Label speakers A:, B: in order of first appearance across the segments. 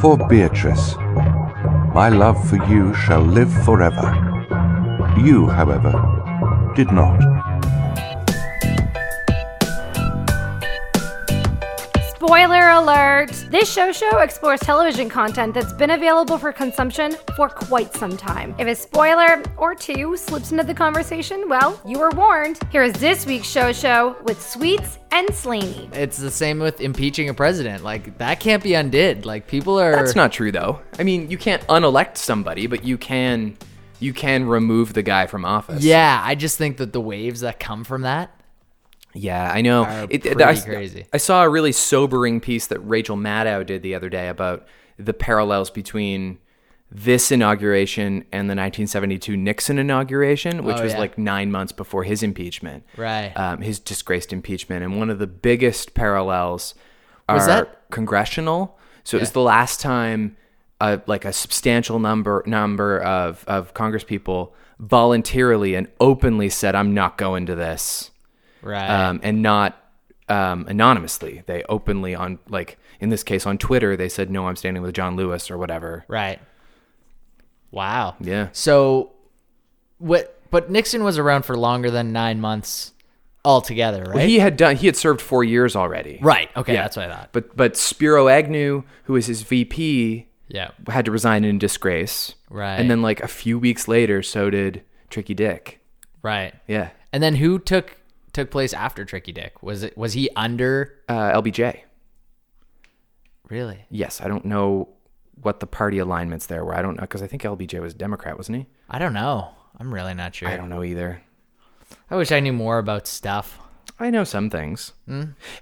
A: For Beatrice, my love for you shall live forever. You, however, did not.
B: Spoiler alert! This show show explores television content that's been available for consumption for quite some time. If a spoiler or two slips into the conversation, well, you were warned. Here is this week's show show with Sweets and Slaney.
C: It's the same with impeaching a president. Like that can't be undid. Like people are.
D: That's not true though. I mean, you can't unelect somebody, but you can you can remove the guy from office.
C: Yeah, I just think that the waves that come from that.
D: Yeah, I know.
C: Are
D: It-
C: pretty
D: I,
C: crazy.
D: I saw a really sobering piece that Rachel Maddow did the other day about the parallels between this inauguration and the 1972 Nixon inauguration, which
C: Oh,
D: was
C: yeah.
D: like nine months before his impeachment,
C: Right.
D: Um, his disgraced impeachment, and one of the biggest parallels are
C: Was that-
D: congressional. So it was
C: Yeah.
D: the last time, uh, like a substantial number number of of Congress people voluntarily and openly said, "I'm not going to this."
C: Right.
D: um, and not um, anonymously. They openly on like in this case on Twitter they said no, I'm standing with John Lewis or whatever.
C: right. Wow.
D: Yeah.
C: So, what? But Nixon was around for longer than nine months altogether, right?
D: Well, he had done he had served four years already.
C: right. Okay, that's what I thought.
D: But but Spiro Agnew, who was his VP,
C: Yeah.
D: had to resign in disgrace.
C: Right.
D: And then like a few weeks later, so did Tricky Dick.
C: Right.
D: Yeah.
C: And then who took took place after Tricky Dick? Was it was he under?
D: Uh, LBJ.
C: Really?
D: Yes, I don't know what the party alignments there were. I don't know because I think LBJ was a Democrat, wasn't he?
C: I don't know. I'm really not sure.
D: I don't know either.
C: I wish I knew more about stuff.
D: I know some things.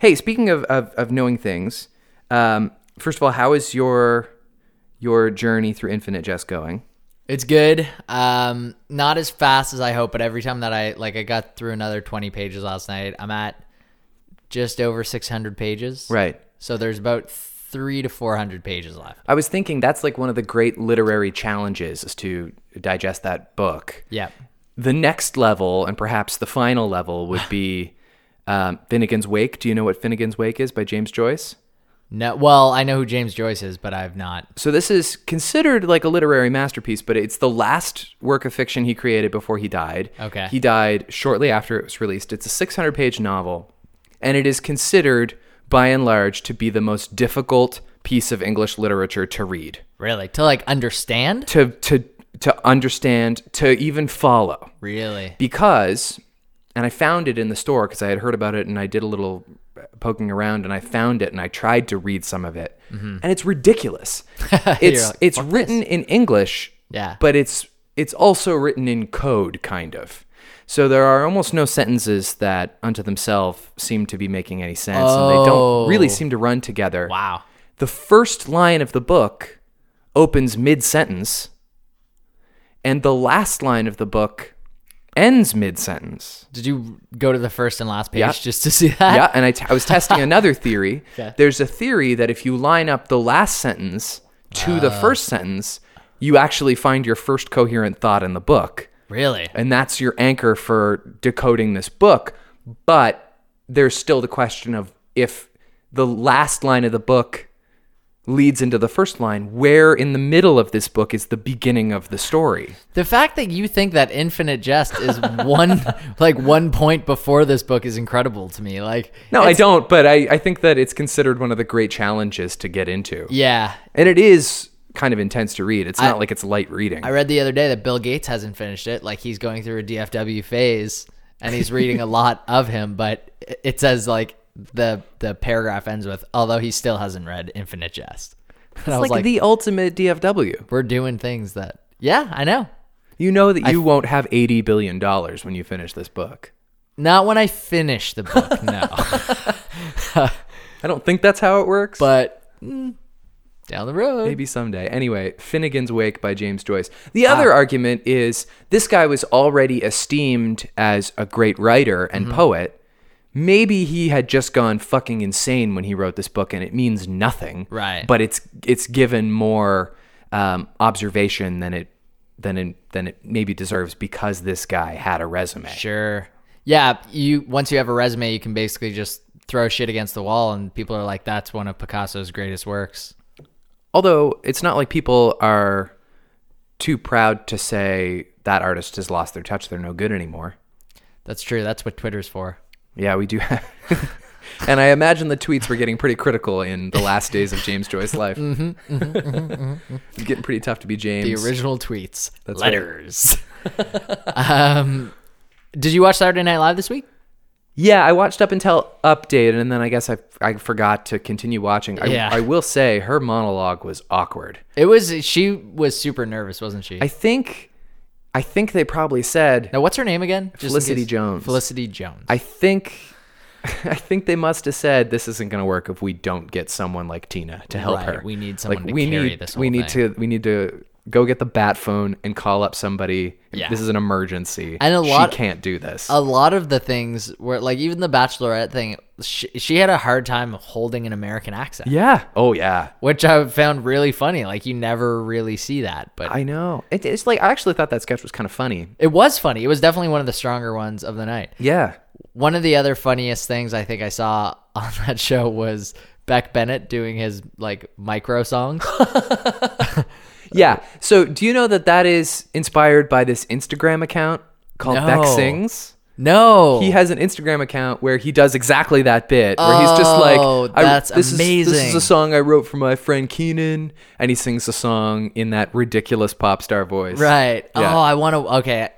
D: Hey, speaking of, of, of knowing things, um, first of all, how is your your journey through Infinite Jest going?
C: It's good. Um, not as fast as I hope, but every time that I like, I got through another twenty pages last night. I'm at just over six hundred pages.
D: Right.
C: So there's about three to four hundred pages left.
D: I was thinking that's like one of the great literary challenges is to digest that book.
C: Yeah.
D: The next level, and perhaps the final level, would be um, Finnegan's Wake. Do you know what Finnegan's Wake is by James Joyce?
C: No. Well, I know who James Joyce is, but I've not.
D: So this is considered like a literary masterpiece, but it's the last work of fiction he created before he died.
C: Okay.
D: He died shortly after it was released. It's a 600-page novel, and it is considered by and large to be the most difficult piece of English literature to read.
C: Really? To like understand?
D: To to to understand, to even follow
C: Really?
D: because and i found it in the store because i had heard about it and i did a little poking around and i found it and i tried to read some of it and it's ridiculous it's
C: Mm-hmm. like,
D: it's written in english
C: Yeah.
D: but it's it's also written in code kind of so there are almost no sentences that unto themselves seem to be making any sense and they don't really
C: Oh.
D: seem to run together
C: Wow.
D: the first line of the book opens mid sentence, and the last line of the book ends mid sentence.
C: Did you go to the first and last page
D: Yeah.
C: just to see that?
D: Yeah, and I, t- I was testing another theory.
C: Uh-huh. Okay.
D: There's a theory that if you line up the last sentence to the first sentence, you actually find your first coherent thought in the book,
C: Really?
D: and that's your anchor for decoding this book. But there's still the question of if the last line of the book leads into the first line, where in the middle of this book is the beginning of the story?
C: The fact that you think that Infinite Jest is one like one point before this book is incredible to me. Like
D: No, I
C: it's-
D: don't, but I, I think that it's considered one of the great challenges to get into.
C: Yeah.
D: And it is kind of intense to read. It's not like it's light reading.
C: I read the other day that Bill Gates hasn't finished it. Like he's going through a DFW phase and he's reading a lot of him, but it- it says like the the paragraph ends with although he still hasn't read Infinite Jest. And I was
D: it's like,
C: like,
D: the ultimate DFW.
C: we're doing things that Yeah, I know.
D: You know that you won't have $80 billion when you finish this book.
C: Not when I finish the book, no.
D: I don't think that's how it works.
C: but mm, down the road.
D: Maybe someday. Anyway, Finnegan's Wake by James Joyce. The
C: Ah.
D: other argument is this guy was already esteemed as a great writer and
C: Mm-hmm.
D: poet. Maybe he had just gone fucking insane when he wrote this book, and it means nothing.
C: Right.
D: But it's it's given more um, observation than it than it, than it maybe deserves because this guy had a resume.
C: Sure. Yeah, you once you have a resume, you can basically just throw shit against the wall and people are like that's one of Picasso's greatest works.
D: Although it's not like people are too proud to say that artist has lost their touch, they're no good anymore.
C: That's true. That's what Twitter's for.
D: Yeah, we do. have- and I imagine the tweets were getting pretty critical in the last days of James Joyce's life.
C: Mm-hmm,
D: it's getting pretty tough to be
C: The
D: James.
C: original tweets.
D: That's right.
C: Letters. um, did you watch Saturday Night Live this week?
D: yeah, I watched up until updated, and then I guess I, I forgot to continue watching. I,
C: Yeah.
D: I will say her monologue was awkward.
C: It was. She was super nervous, wasn't she?
D: I think, I think they probably said
C: now, what's her name again? Just in
D: Felicity
C: case-
D: Jones.
C: Felicity Jones.
D: I think I think they must have said this isn't going to work if we don't get someone like Tina to help
C: Right,
D: her.
C: we need someone to
D: we
C: carry
D: need,
C: this
D: We
C: whole
D: need
C: thing.
D: to we need to go get the bat phone and call up somebody.
C: Yeah.
D: This is an emergency.
C: And a lot-
D: she can't do this.
C: a lot of the things were like even the Bachelorette thing. She, she had a hard time holding an American accent,
D: yeah. Oh yeah.
C: which I found really funny. Like you never really see that, but
D: I know. It, it's like I actually thought that sketch was kind of funny.
C: it was funny. It was definitely one of the stronger ones of the night.
D: Yeah.
C: One of the other funniest things I think I saw on that show was Beck Bennett doing his like micro songs.
D: Yeah. So do you know that that is inspired by this Instagram account called Beck
C: No.
D: Sings?
C: no,
D: he has an Instagram account where he does exactly that bit where he's just like,
C: Oh,
D: I-
C: that's
D: this Is, this is
C: amazing.
D: a song I wrote for my friend Keenan, and he sings the song in that ridiculous pop star voice.
C: Right.
D: Yeah.
C: Oh, I want to. Okay.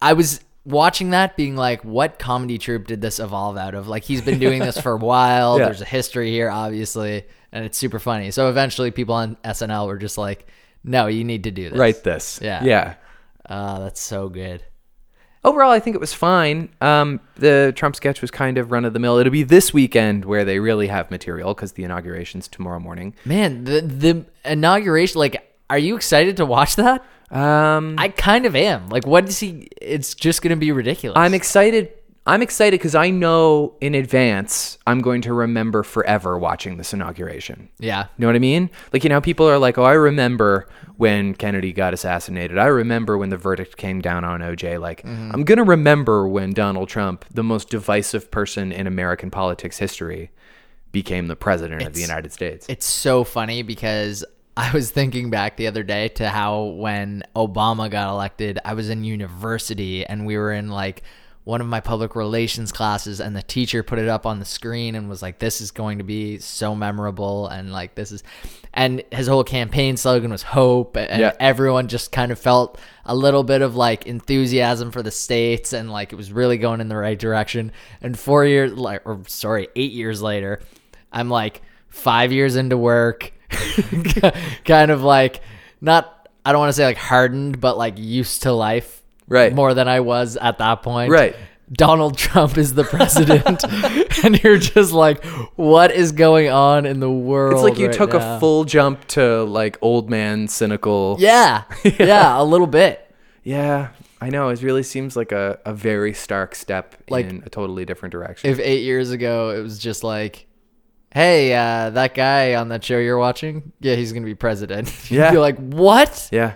C: I was watching that being like, what comedy troupe did this evolve out of? Like, he's been doing this for a while.
D: Yeah.
C: There's a history here, obviously, and it's super funny. So eventually, people on SNL were just like, no, you need to do this.
D: Write this.
C: Yeah.
D: Yeah.
C: Oh, that's so good.
D: Overall, I think it was fine. Um, the Trump sketch was kind of run of the mill. It'll be this weekend where they really have material because the inauguration's tomorrow morning.
C: Man, the, the inauguration, like, are you excited to watch that?
D: Um,
C: I kind of am. Like, what is he? It's just going to be ridiculous.
D: I'm excited. I'm excited because I know in advance I'm going to remember forever watching this inauguration.
C: yeah.
D: You know what I mean? Like, you know, people are like, oh, I remember when Kennedy got assassinated. I remember when the verdict came down on OJ. Like,
C: Mm-hmm.
D: I'm going to remember when Donald Trump, the most divisive person in American politics history, became the president of the United States.
C: It's so funny because I was thinking back the other day to how when Obama got elected, I was in university and we were in like one of my public relations classes and the teacher put it up on the screen and was like this is going to be so memorable and like this is and his whole campaign slogan was hope and
D: Yeah.
C: everyone just kind of felt a little bit of like enthusiasm for the states and like it was really going in the right direction and 4 years like or sorry 8 years later I'm like five years into work, kind of like not, I don't want to say like hardened, but like used to life.
D: Right.
C: More than I was at that point.
D: Right.
C: Donald Trump is the president. and you're just like, what is going on in the world?
D: It's like you
C: right
D: took
C: now?
D: a full jump to like old man cynical.
C: Yeah. Yeah. A little bit.
D: Yeah, I know. It really seems like a, a very stark step
C: Like-
D: in a totally different direction.
C: If eight years ago it was just like, hey, uh, that guy on that show you're watching, yeah, he's going to be president.
D: Yeah.
C: you're like, what?
D: yeah,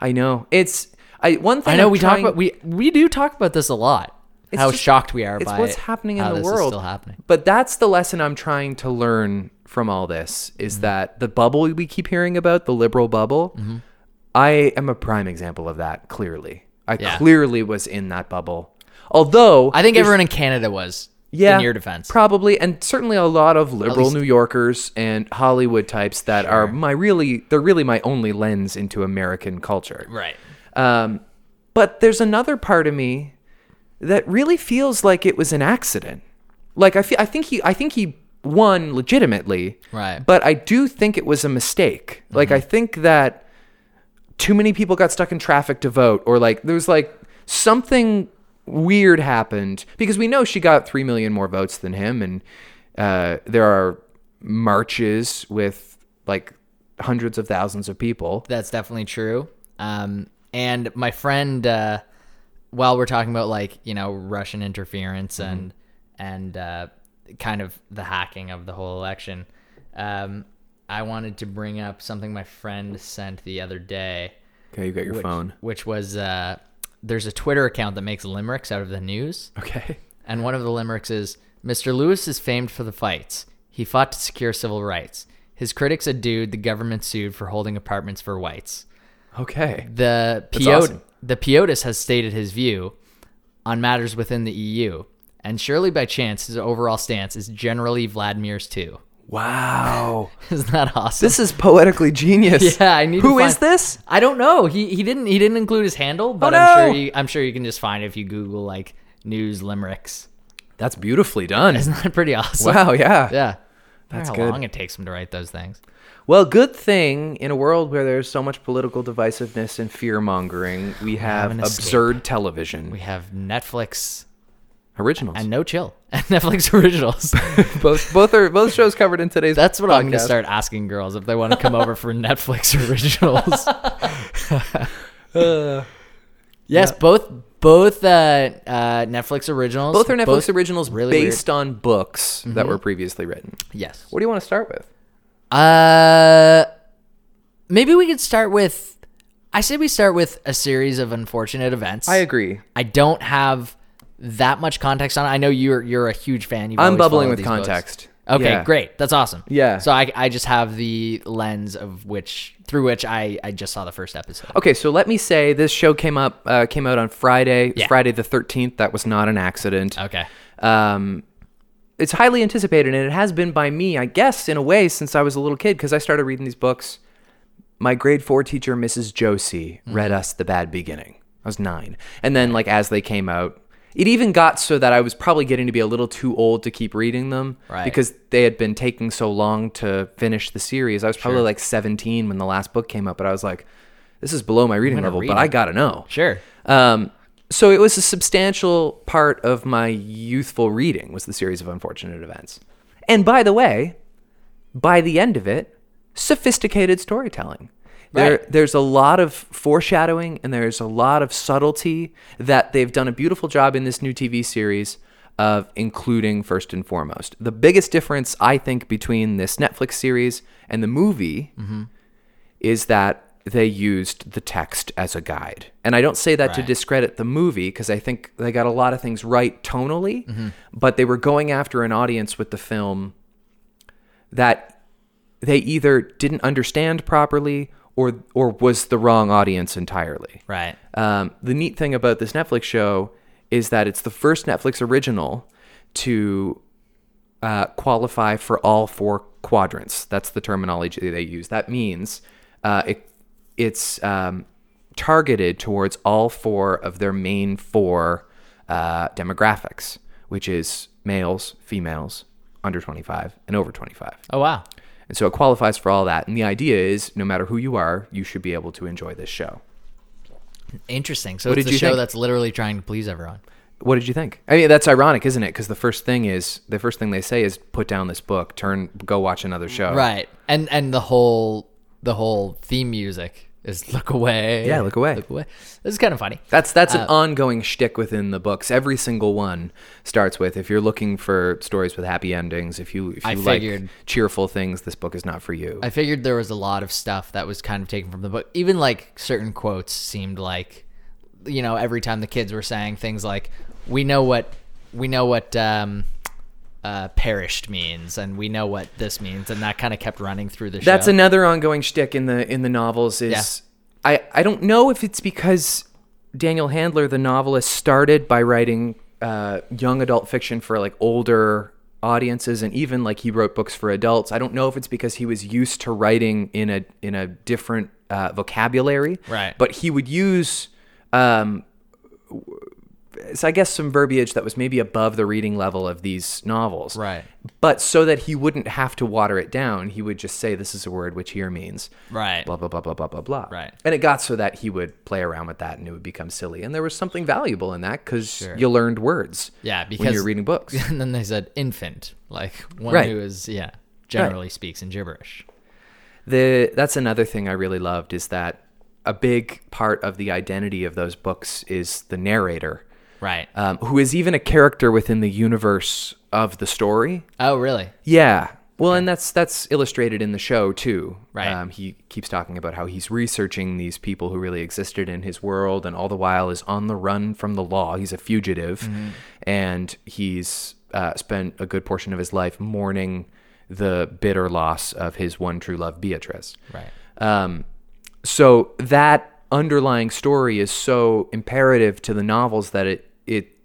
D: I know. It's. I, one thing
C: I know
D: I'm
C: we
D: trying-
C: talk about we we do talk about this a lot.
D: It's
C: how
D: just-
C: shocked we are
D: it's
C: by
D: what's
C: it,
D: happening
C: how
D: in the
C: this is
D: world
C: still happening.
D: but that's the lesson i'm trying to learn from all this is
C: Mm-hmm.
D: that the bubble we keep hearing about the liberal bubble i am a prime example of that clearly i
C: Yeah.
D: clearly was in that bubble although
C: I think
D: there's-
C: everyone in Canada was.
D: yeah
C: In your defense.
D: probably and certainly a lot of liberal
C: least-
D: new yorkers and hollywood types that are my really they're really my only lens into american culture
C: right.
D: um, but there's another part of me that really feels like it was an accident. Like I feel, I think he, I think he won legitimately.
C: Right.
D: But I do think it was a mistake. Like I think that too many people got stuck in traffic to vote, or like there was like something weird happened because we know she got three million more votes than him, and uh, there are marches with like hundreds of thousands of people.
C: That's definitely true. Um and my friend uh while we're talking about like, you know, Russian interference and and uh kind of the hacking of the whole election. Um I wanted to bring up something my friend sent the other day.
D: Okay, you got your
C: which,
D: phone.
C: Which was uh, there's a Twitter account that makes limericks out of the news,
D: Okay.
C: and one of the limericks is Mr. Lewis is famed for the fights. He fought to secure civil rights. His critic's a dude the government sued for holding apartments for whites.
D: Okay.
C: The
D: That's
C: Piot-
D: awesome.
C: the Piotis has stated his view on matters within the EU, and surely by chance his overall stance is generally Vladimir's too.
D: Wow.
C: Isn't that awesome?
D: this is poetically genius.
C: yeah, I need.
D: Who
C: to
D: is
C: find-
D: this?
C: I don't know. He he didn't he didn't include his handle, but
D: Oh,
C: I'm
D: no.
C: sure you, I'm sure you can just find it if you Google like news limericks.
D: That's beautifully done.
C: Isn't that pretty awesome?
D: Wow, yeah.
C: Yeah.
D: That's
C: That's how
D: good.
C: long it takes him to write those things.
D: Well, good thing in a world where there's so much political divisiveness and fear mongering, we have
C: an escape.
D: absurd television.
C: We have Netflix
D: Originals.
C: and No Chill and Netflix originals.
D: both both are both shows covered in today's
C: That's what I'm going to
D: podcast.
C: start asking girls if they want to come over for Netflix originals.
D: Uh,
C: yes, both both uh, uh, Netflix originals.
D: Both are Netflix originals
C: really Mm-hmm.
D: based on books that were previously written.
C: Weird. Yes.
D: What do you want to start with?
C: Uh, maybe we could start with. I say we start with a series of unfortunate events.
D: I agree.
C: I don't have that much context on it. I know you're you're a huge fan. You've
D: I'm
C: always
D: bubbling
C: followed
D: with
C: these books.
D: context.
C: Okay,
D: Yeah.
C: great. That's awesome.
D: Yeah.
C: So I, I just have the lens of which through which I, I just saw the first episode.
D: Okay, so let me say this show came up uh, came out on Friday,
C: Yeah.
D: Friday the 13th. That was not an accident.
C: Okay.
D: Um, it's highly anticipated, and it has been by me, I guess, in a way, since I was a little kid because I started reading these books. My grade four teacher, Mrs. Josie,
C: Mm-hmm.
D: read us The Bad Beginning. I was nine. And then, like, as they came out, it even got so that I was probably getting to be a little too old to keep reading them
C: Right.
D: because they had been taking so long to finish the series. I was probably like 17 when the last book came out, but I was like, this is below my reading
C: gonna
D: level,
C: read
D: but I
C: it.
D: gotta know.
C: Sure.
D: Um, so it was a substantial part of my youthful reading was the series of unfortunate events. And by the way, by the end of it, sophisticated storytelling. There,
C: Right.
D: there's a lot of foreshadowing and there's a lot of subtlety that they've done a beautiful job in this new TV series of including first and foremost. The biggest difference I think between this Netflix series and the movie
C: Mm-hmm.
D: is that they used the text as a guide. And I don't say that to
C: Right.
D: discredit the movie because I think they got a lot of things right tonally,
C: Mm-hmm.
D: but they were going after an audience with the film that they either didn't understand properly or or was the wrong audience entirely.
C: Right.
D: Um, the neat thing about this Netflix show is that it's the first Netflix original to uh, qualify for all four quadrants. That's the terminology they use. That means uh, it, it's um, targeted towards all four of their main four uh, demographics, which is males, females, under 25, and over 25.
C: Oh wow.
D: And so it qualifies for all that. And the idea is no matter who you are, you should be able to enjoy this show.
C: Interesting. So
D: What
C: it's
D: did
C: a
D: you
C: show
D: think?
C: that's literally trying to please everyone.
D: What did you think? I mean, that's ironic, isn't it? Because the first thing is the first thing they say is put down this book, turn, go watch another show.
C: Right. And and the whole the whole theme music is look away.
D: Yeah, look away.
C: Look away. Uh, This is kind of funny.
D: That's that's an ongoing shtick within the books. Every single one starts with if you're looking for stories with happy endings, if you if
C: I
D: you like
C: figured-
D: cheerful things, this book is not for you.
C: I figured there was a lot of stuff that was kind of taken from the book. Even like certain quotes seemed like, you know, every time the kids were saying things like, "We know what, we know what um, uh, perished means, and we know what this means," and that kind of kept running through the show.
D: That's another ongoing shtick in the in the novels is I I don't know if it's because Daniel Handler the novelist started by writing uh, young adult fiction for like older audiences and even like he wrote books for adults. I don't know if it's because he was used to writing in a in a different uh, vocabulary,
C: Right.
D: But he would use. Um, so I guess some verbiage that was maybe above the reading level of these novels.
C: Right.
D: But so that he wouldn't have to water it down, he would just say, This is a word which here means.
C: Right.
D: Blah, blah, blah, blah, blah, blah, blah.
C: Right.
D: And it got so that he would play around with that and it would become silly. And there was something valuable in that because you learned words.
C: Yeah,
D: When
C: because-
D: you're reading books.
C: and then they said infant, like one
D: Right.
C: who is yeah generally speaks in gibberish.
D: the that's another thing I really loved is that a big part of the identity of those books is the narrator,
C: Right.
D: um, who is even a character within the universe of the story.
C: oh really?
D: Yeah. Well, and that's that's illustrated in the show too.
C: Right.
D: Um, he keeps talking about how he's researching these people who really existed in his world, and all the while is on the run from the law. He's a fugitive, and he's uh, spent a good portion of his life mourning the bitter loss of his one true love, Beatrice.
C: Right.
D: Um, so that underlying story is so imperative to the novels that it it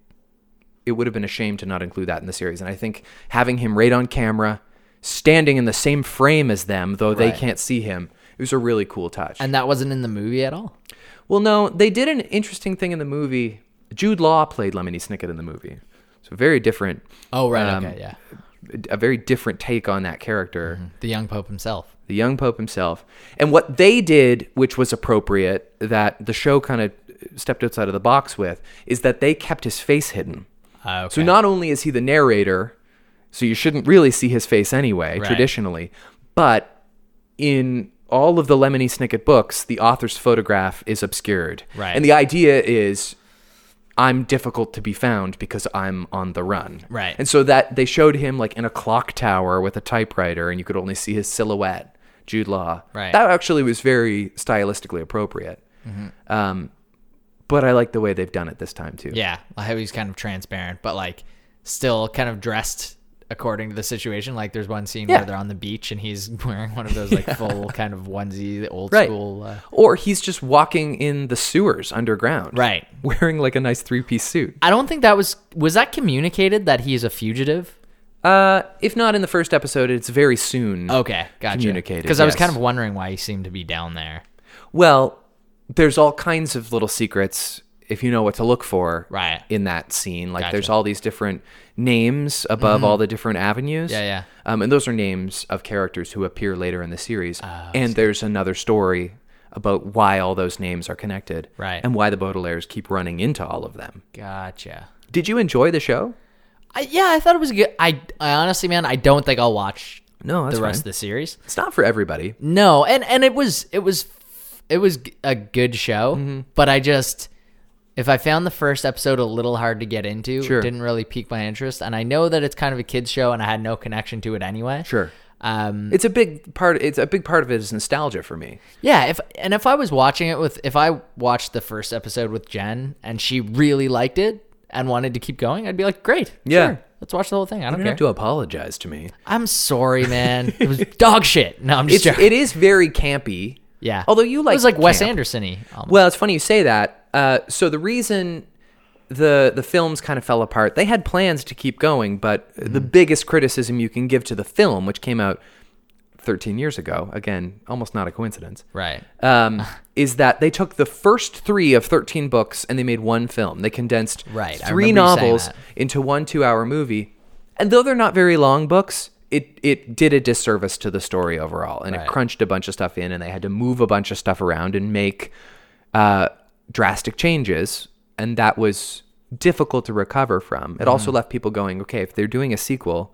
D: it would have been a shame to not include that in the series. And I think having him right on camera, standing in the same frame as them, though they
C: Right.
D: can't see him, it was a really cool touch.
C: And that wasn't in the movie at all.
D: well, no, they did an interesting thing in the movie. Jude Law played Lemony Snicket in the movie, so very different,
C: Oh right,
D: Um,
C: okay, yeah.
D: a very different take on that character.
C: The young pope himself.
D: the young pope himself and what they did which was appropriate that the show kind of stepped outside of the box with is that they kept his face hidden
C: Uh, okay.
D: so not only is he the narrator so you shouldn't really see his face anyway
C: Right.
D: traditionally but in all of the lemony snicket books the author's photograph is obscured
C: Right.
D: and the idea is I'm difficult to be found because I'm on the run.
C: Right.
D: And so that they showed him like in a clock tower with a typewriter and you could only see his silhouette, Jude Law.
C: Right. Mm-hmm.
D: That actually was very stylistically appropriate. Um, but I like the way they've done it this time too.
C: Yeah, like how he's kind of transparent, but like still kind of dressed according to the situation. Like there's one scene
D: Yeah.
C: where they're on the beach and he's wearing one of those like full kind of onesie, the old
D: Right.
C: school. Uh,
D: Or he's just walking in the sewers underground.
C: Right.
D: Wearing like a nice three piece suit.
C: I don't think that was was that communicated that he is a fugitive.
D: Uh, if not in the first episode, it's very soon.
C: Okay, gotcha.
D: Communicated,
C: because I was
D: yes.
C: kind of wondering why he seemed to be down there.
D: Well, there's all kinds of little secrets if you know what to look for
C: Right.
D: in that scene. Like
C: Gotcha. Mm-hmm.
D: there's all these different names above all the different avenues.
C: Yeah, yeah.
D: Um, and those are names of characters who appear later in
C: Oh,
D: the series. and there's another story about why all those names are connected.
C: Right.
D: And why the Baudelaires keep running into all of them.
C: Gotcha.
D: Did you enjoy the show?
C: I, yeah, I thought it was good. I, I honestly, man, I don't think I'll watch
D: No, that's
C: the rest
D: fine.
C: of the series.
D: it's not for everybody.
C: No, and and it was it was it was g- a good show,
D: Mm-hmm.
C: but I just if I found the first episode a little hard to get into,
D: Sure.
C: it didn't really pique my interest, and I know that it's kind of a kids show, and I had no connection to it anyway.
D: Sure.
C: Um.
D: It's a big part. It's a big part of it is nostalgia for me.
C: Yeah. If and if I was watching it with if I watched the first episode with Jen and she really liked it and wanted to keep going, I'd be like, great.
D: Yeah.
C: sure, let's watch the whole thing. I don't
D: You don't
C: care.
D: have to apologize to me.
C: I'm sorry, man. It was dog shit. No, I'm just
D: It's,
C: joking.
D: it is very campy.
C: yeah.
D: Although you like
C: it was like Wes
D: camp.
C: Anderson-y. almost.
D: Well, it's funny you say that. Uh, so the reason the the films kind of fell apart, they had plans to keep going, but
C: Mm-hmm.
D: the biggest criticism you can give to the film, which came out 13 years ago, again, almost not a coincidence,
C: right.
D: um, is that they took the first three of 13 books and they made one film. They condensed
C: Right, I remember you
D: three
C: saying
D: novels
C: that.
D: into one two hour movie. And though they're not very long books, it, it did a disservice to the story overall. And it
C: Right.
D: crunched a bunch of stuff in, and they had to move a bunch of stuff around and make uh, drastic changes. And that was difficult to recover from. It
C: Mm-hmm.
D: also left people going, okay, if they're doing a sequel,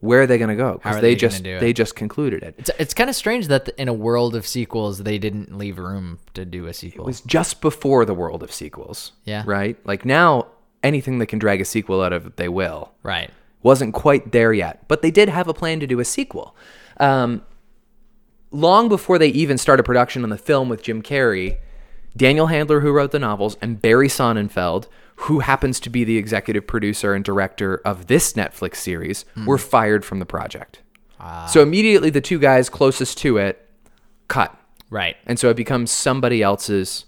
D: where are they going to go?
C: are
D: Because
C: they
D: they,
C: gonna
D: just
C: do it?
D: they just concluded it.
C: It's, it's kind of strange that in a world of sequels, they didn't leave room to do a sequel.
D: was just before the world of sequels.
C: Yeah.
D: Right? Like now, anything that can drag a sequel out of it, they will.
C: right.
D: Wasn't quite there yet, but they did have a plan to do a sequel. Um, long before they even started production on the film with Jim Carrey, Daniel Handler, who wrote the novels, and Barry Sonnenfeld, who happens to be the executive producer and director of this Netflix series,
C: Hmm.
D: were fired from the project.
C: Ah.
D: So immediately, the two guys closest to it cut
C: Right.
D: and so it becomes somebody else's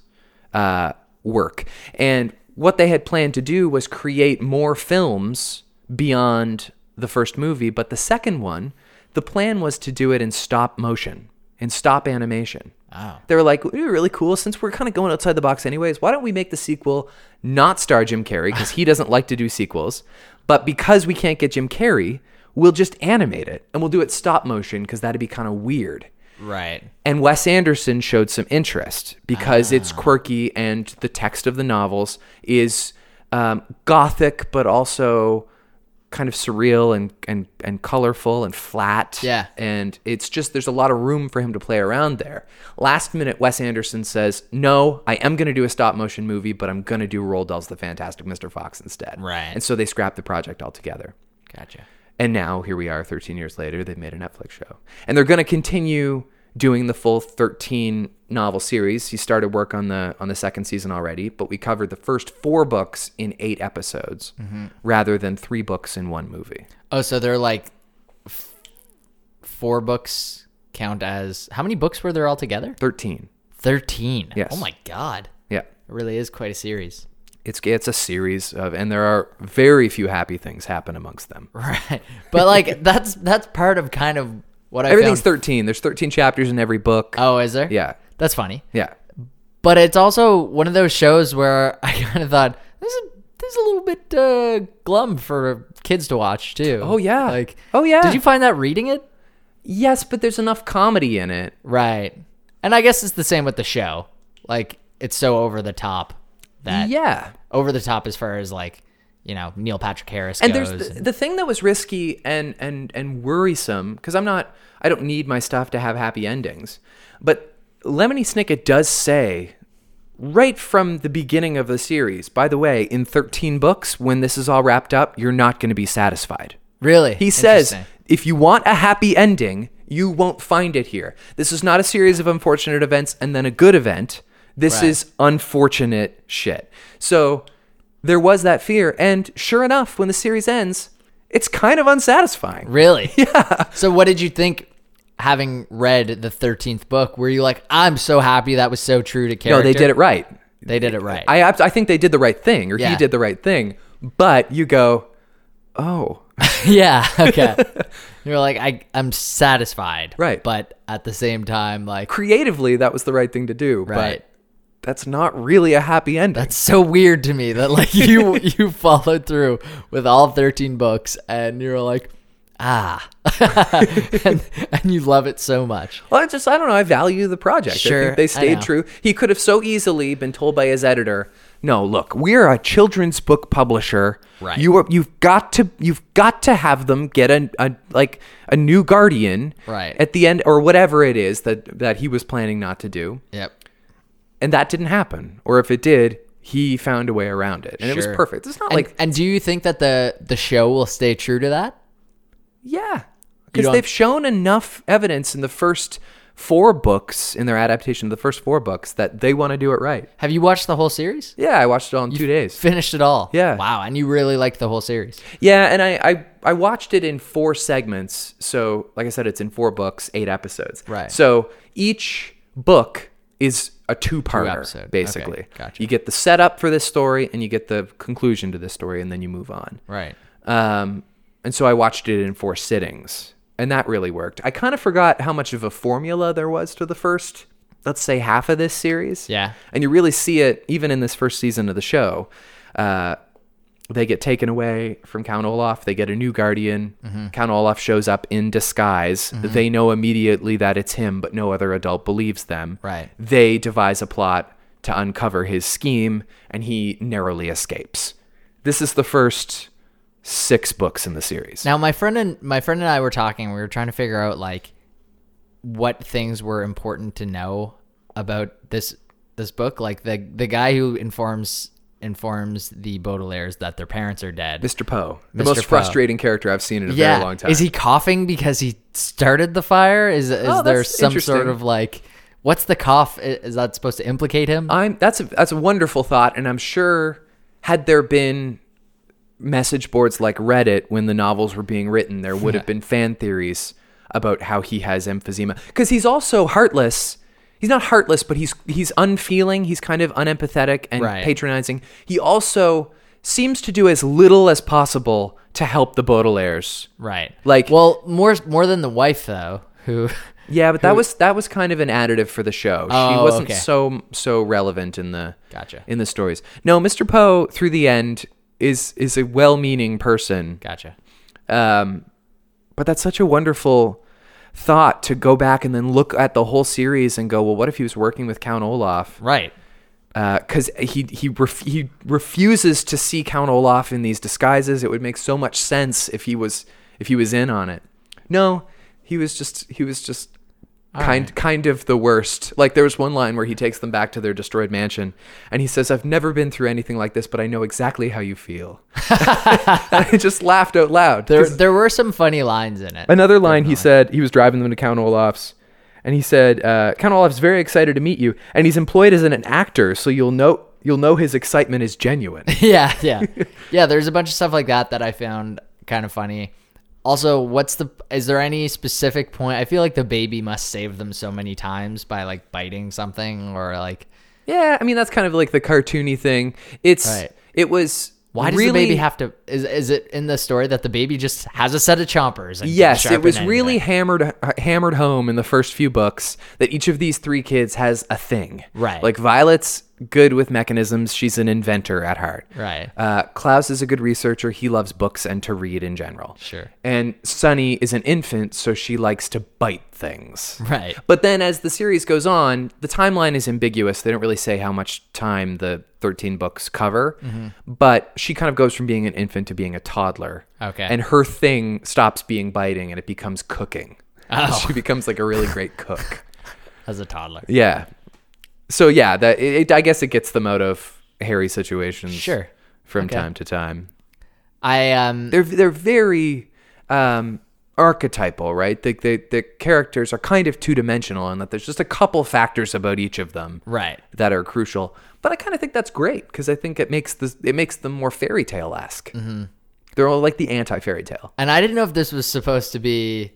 D: uh, work. And what they had planned to do was create more films beyond the first movie, but the second one, the plan was to do it in stop motion, in stop animation.
C: Oh.
D: They were like, "Ooh, really cool. Since we're kind of going outside the box, anyways, why don't we make the sequel not star Jim Carrey because he doesn't like to do sequels, but because we can't get Jim Carrey, we'll just animate it and we'll do it stop motion because that'd be kind of weird."
C: Right.
D: And Wes Anderson showed some interest because it's
C: Ah.
D: quirky and the text of the novels is um, gothic, but also kind of surreal and, and, and colorful and flat.
C: Yeah.
D: And it's just, there's a lot of room for him to play around there. Last minute, Wes Anderson says, No, I am going to do a stop motion movie, but I'm going to do Roald Dahl's The Fantastic Mr. Fox instead.
C: Right.
D: And so they scrapped the project altogether.
C: Gotcha.
D: And now here we are 13 years later, they've made a Netflix show. And they're going to continue doing the full 13 novel series. He started work on the on the second season already, but we covered the first 4 books in 8 Mm-hmm. episodes rather than 3 books in one movie.
C: Oh, so they're like f- four books count as how many books were there altogether?
D: 13.
C: 13.
D: Yes.
C: Oh my god.
D: Yeah.
C: It really is quite a series.
D: It's it's a series of and there are very few happy things happen amongst them.
C: Right. But like that's that's part of kind of what I
D: Everything's
C: found.
D: 13. There's 13 chapters in every book.
C: oh, is there?
D: Yeah.
C: That's funny.
D: Yeah.
C: But it's also one of those shows where I kind of thought this is this is a little bit uh, glum for kids to watch too.
D: Oh, yeah.
C: Like
D: Oh, yeah.
C: Did you find that reading it?
D: Yes, but there's enough comedy in it.
C: Right. And I guess it's the same with the show. Like it's so over the top that
D: Yeah.
C: over the top as far as like you know Neil Patrick Harris
D: and
C: goes.
D: there's the,
C: and-
D: the thing that was risky and and and worrisome because i'm not i don't need my stuff to have happy endings but lemony snicket does say right from the beginning of the series by the way in 13 books when this is all wrapped up you're not going to be satisfied
C: really,
D: he says
C: Interesting.
D: if you want a happy ending you won't find it here this is not a series of unfortunate events and then a good event this
C: Right.
D: is unfortunate shit so there was that fear and sure enough when the series ends it's kind of unsatisfying
C: really. Yeah. So what did you think? Having read the thirteenth book, were you like, "I'm so happy that was so true to
D: no
C: character"?
D: they did it right
C: They did it right.
D: i abs- i think they did the right thing or he
C: Yeah.
D: did the right thing but you go oh
C: yeah. Okay. You're like, I, I'm satisfied.
D: Right.
C: But at the same time, like,
D: creatively that was the right thing to do
C: right.
D: but that's not really a happy ending
C: That's so weird to me that like you you followed through with all 13 books and you're like, ah, and, and you love it so much.
D: Well, it's just I don't know. I value the project. I
C: Sure,
D: think they
C: I
D: stayed
C: know.
D: true. He could have so easily been told by his editor, "No, look, we're a children's book publisher.
C: Right.
D: You are, you've got to you've got to have them get a, a like a new guardian
C: Right.
D: at the end or whatever it is that that he was planning not to do,
C: Yep.
D: and that didn't happen. Or if it did, he found a way around it, and it
C: Sure.
D: was perfect. It's not
C: And,
D: like
C: and do you think that the the show will stay true to that?
D: Yeah.
C: You
D: Because
C: don't-
D: they've shown enough evidence in the first four books, in their adaptation of the first four books, that they want to do it right.
C: Have you watched the whole series?
D: Yeah, I watched it all in two days.
C: Finished it all.
D: Yeah.
C: Wow. And you really liked the whole series.
D: Yeah, and I, I I watched it in four segments. So, like I said, it's in four books, eight episodes.
C: Right.
D: So each book is a two-parter,
C: episode. Okay,
D: basically.
C: gotcha.
D: You get the setup for this story, and you get the conclusion to this story, and then you move on.
C: Right.
D: Um, and so I watched it in four sittings, and that really worked. I kind of forgot how much of a formula there was to the first, let's say, half of this series.
C: Yeah.
D: And you really see it even in this first season of the show. Uh, they get taken away from Count Olaf. They get a new guardian.
C: Mm-hmm.
D: Count Olaf shows up in disguise. They know immediately that it's him, but no other adult believes them.
C: Right.
D: They devise a plot to uncover his scheme, and he narrowly escapes. This is the first six books in the series.
C: Now my friend and my friend and I were talking. We were trying to figure out like what things were important to know about this this book. Like the the guy who informs informs the Baudelaires that their parents are dead.
D: Mr. Poe, the
C: Mr.
D: most
C: Poe.
D: frustrating character I've seen in a
C: yeah,
D: very long time.
C: is he coughing because he started the fire? Is is
D: Oh,
C: there
D: that's
C: some sort
D: interesting.
C: of like what's the cough? I- Is that supposed to implicate him?
D: I'm that's a, that's a wonderful thought, and I'm sure had there been message boards like Reddit when the novels were being written, there would have been fan theories about how he has emphysema because he's also heartless. He's not heartless, but he's he's unfeeling. He's kind of unempathetic and
C: Right.
D: patronizing. He also seems to do as little as possible to help the Baudelaires.
C: right.
D: like-
C: well, more more than the wife though, who
D: Yeah, but that was that was kind of an additive for the show. she
C: Oh,
D: wasn't
C: okay.
D: so so relevant in the
C: Gotcha.
D: in the stories. No, Mr. Poe through the end is is a well-meaning person.
C: gotcha.
D: Um, but that's such a wonderful thought to go back and then look at the whole series and go, well, what if he was working with Count Olaf?
C: Right.
D: Because Uh, he he ref- he refuses to see Count Olaf in these disguises. It would make so much sense if he was if he was in on it. No, he was just he was just kind kind of the worst. Like there was one line where he takes them back to their destroyed mansion, and he says, "I've never been through anything like this, but I know exactly how you feel." and I just laughed out loud.
C: There
D: 'cause-
C: there were some funny lines in it.
D: Another line he said, he was driving them to Count Olaf's, and he said, uh, Count Olaf's very excited to meet you, and he's employed as an, an actor, so you'll know you'll know his excitement is genuine.
C: yeah, yeah, yeah. There's a bunch of stuff like that that I found kind of funny. Also, what's the is there any specific point? I feel like the baby must save them so many times by like biting something or like
D: Yeah, I mean that's kind of like the cartoony thing. It's
C: Right.
D: it was
C: why does
D: really,
C: the baby have to is is it in the story that the baby just has a set of chompers and can
D: Yes, it
C: sharpen
D: was really
C: anything?
D: hammered hammered home in the first few books that each of these three kids has a thing.
C: Right.
D: Like Violet's good with mechanisms; she's an inventor at heart.
C: Right.
D: Uh, Klaus is a good researcher. He loves books and to read in general.
C: Sure.
D: And Sunny is an infant, so she likes to bite things.
C: Right.
D: But then as the series goes on, the timeline is ambiguous. They don't really say how much time the 13 books cover,
C: Mm-hmm.
D: but she kind of goes from being an infant to being a toddler.
C: Okay.
D: And her thing stops being biting and it becomes cooking.
C: Oh.
D: She becomes like a really great cook.
C: as a toddler.
D: yeah. So yeah, that it, it- I guess it gets them out of hairy situations.
C: Sure.
D: From
C: Okay.
D: time to time.
C: I um
D: They're they're very um archetypal, right? The, the the characters are kind of two-dimensional and that there's just a couple factors about each of them.
C: right.
D: that are crucial. But I kind of think that's great because I think it makes this it makes them more fairy tale esque. Mm-hmm. They're all like the anti fairy tale.
C: And I didn't know if this was supposed to be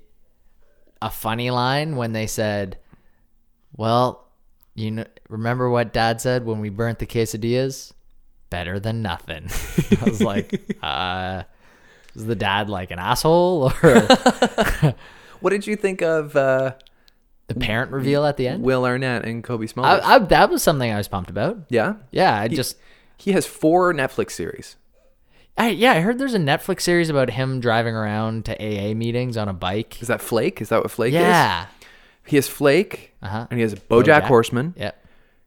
C: a funny line when they said, "Well, you know, remember what Dad said when we burnt the quesadillas? Better than nothing." I was like, uh, "Is the dad like an asshole or
D: What did you think of uh,
C: the parent reveal at the end?"
D: Will Arnett and Kobe Smulders?
C: I, I, that was something I was pumped about.
D: yeah,
C: Yeah, I just,
D: he has four Netflix series.
C: I, yeah, I heard there's a Netflix series about him driving around to AA meetings on a bike.
D: Is that Flake? Is that what Flake is?
C: Yeah.
D: He has Flake,
C: Uh-huh.
D: and he has BoJack,
C: BoJack.
D: Horseman.
C: Yep.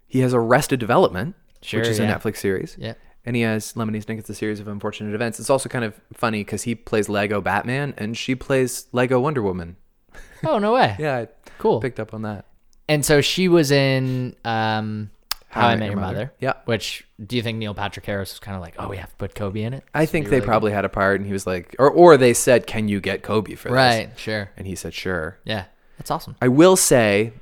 D: He has Arrested Development,
C: Sure,
D: which is
C: yeah.
D: a Netflix series.
C: Yep.
D: And he has Lemony Snicket's A Series of Unfortunate Events. It's also kind of funny because he plays Lego Batman and she plays Lego Wonder Woman.
C: Oh no way.
D: Yeah, I
C: Cool.
D: picked up on that.
C: And so she was in um, How, I Met Your Mother.
D: Yeah.
C: Which do you think Neil Patrick Harris was kind of like, oh, we have to put Kobe in it?
D: I think they probably had a part, and he was like, or or they said, "Can you get Kobe for this?"
C: Right. Sure.
D: and he said, "Sure."
C: Yeah. That's awesome.
D: I will say,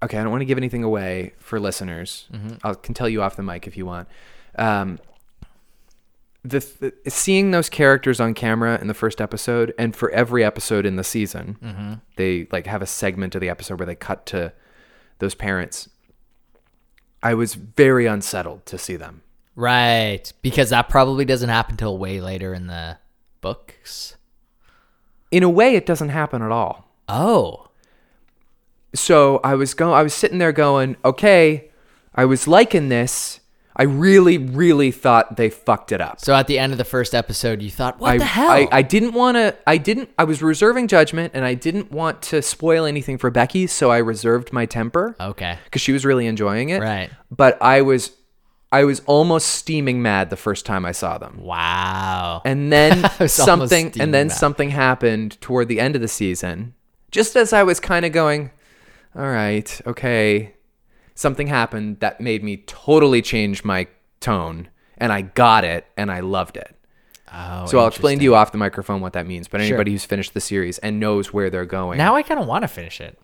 D: okay, I don't want to give anything away for listeners. I can tell you off the mic if you want. Um, the, th seeing those characters on camera in the first episode, and for every episode in the season, they like have a segment of the episode where they cut to those parents. I was very unsettled to see them.
C: Right. Because that probably doesn't happen till way later in the books.
D: In a way, it doesn't happen at all.
C: Oh.
D: so I was going, I was sitting there going, okay, I was liking this. I really, really thought they fucked it up.
C: So at the end of the first episode, you thought, what
D: I,
C: the hell?
D: I, I didn't want to, I didn't, I was reserving judgment and I didn't want to spoil anything for Becky. So I reserved my temper
C: okay.
D: because she was really enjoying it.
C: Oh. Right.
D: But I was, I was almost steaming mad the first time I saw them
C: Wow.
D: and then
C: was almost
D: something
C: steaming
D: and then
C: back.
D: something happened toward the end of the season just as i was kind of going all right okay something happened that made me totally change my tone and i got it and i loved it
C: oh,
D: so i'll
C: interesting.
D: explain to you off the microphone what that means but anybody who's finished the series and knows where they're going
C: Now I kind of want to finish it.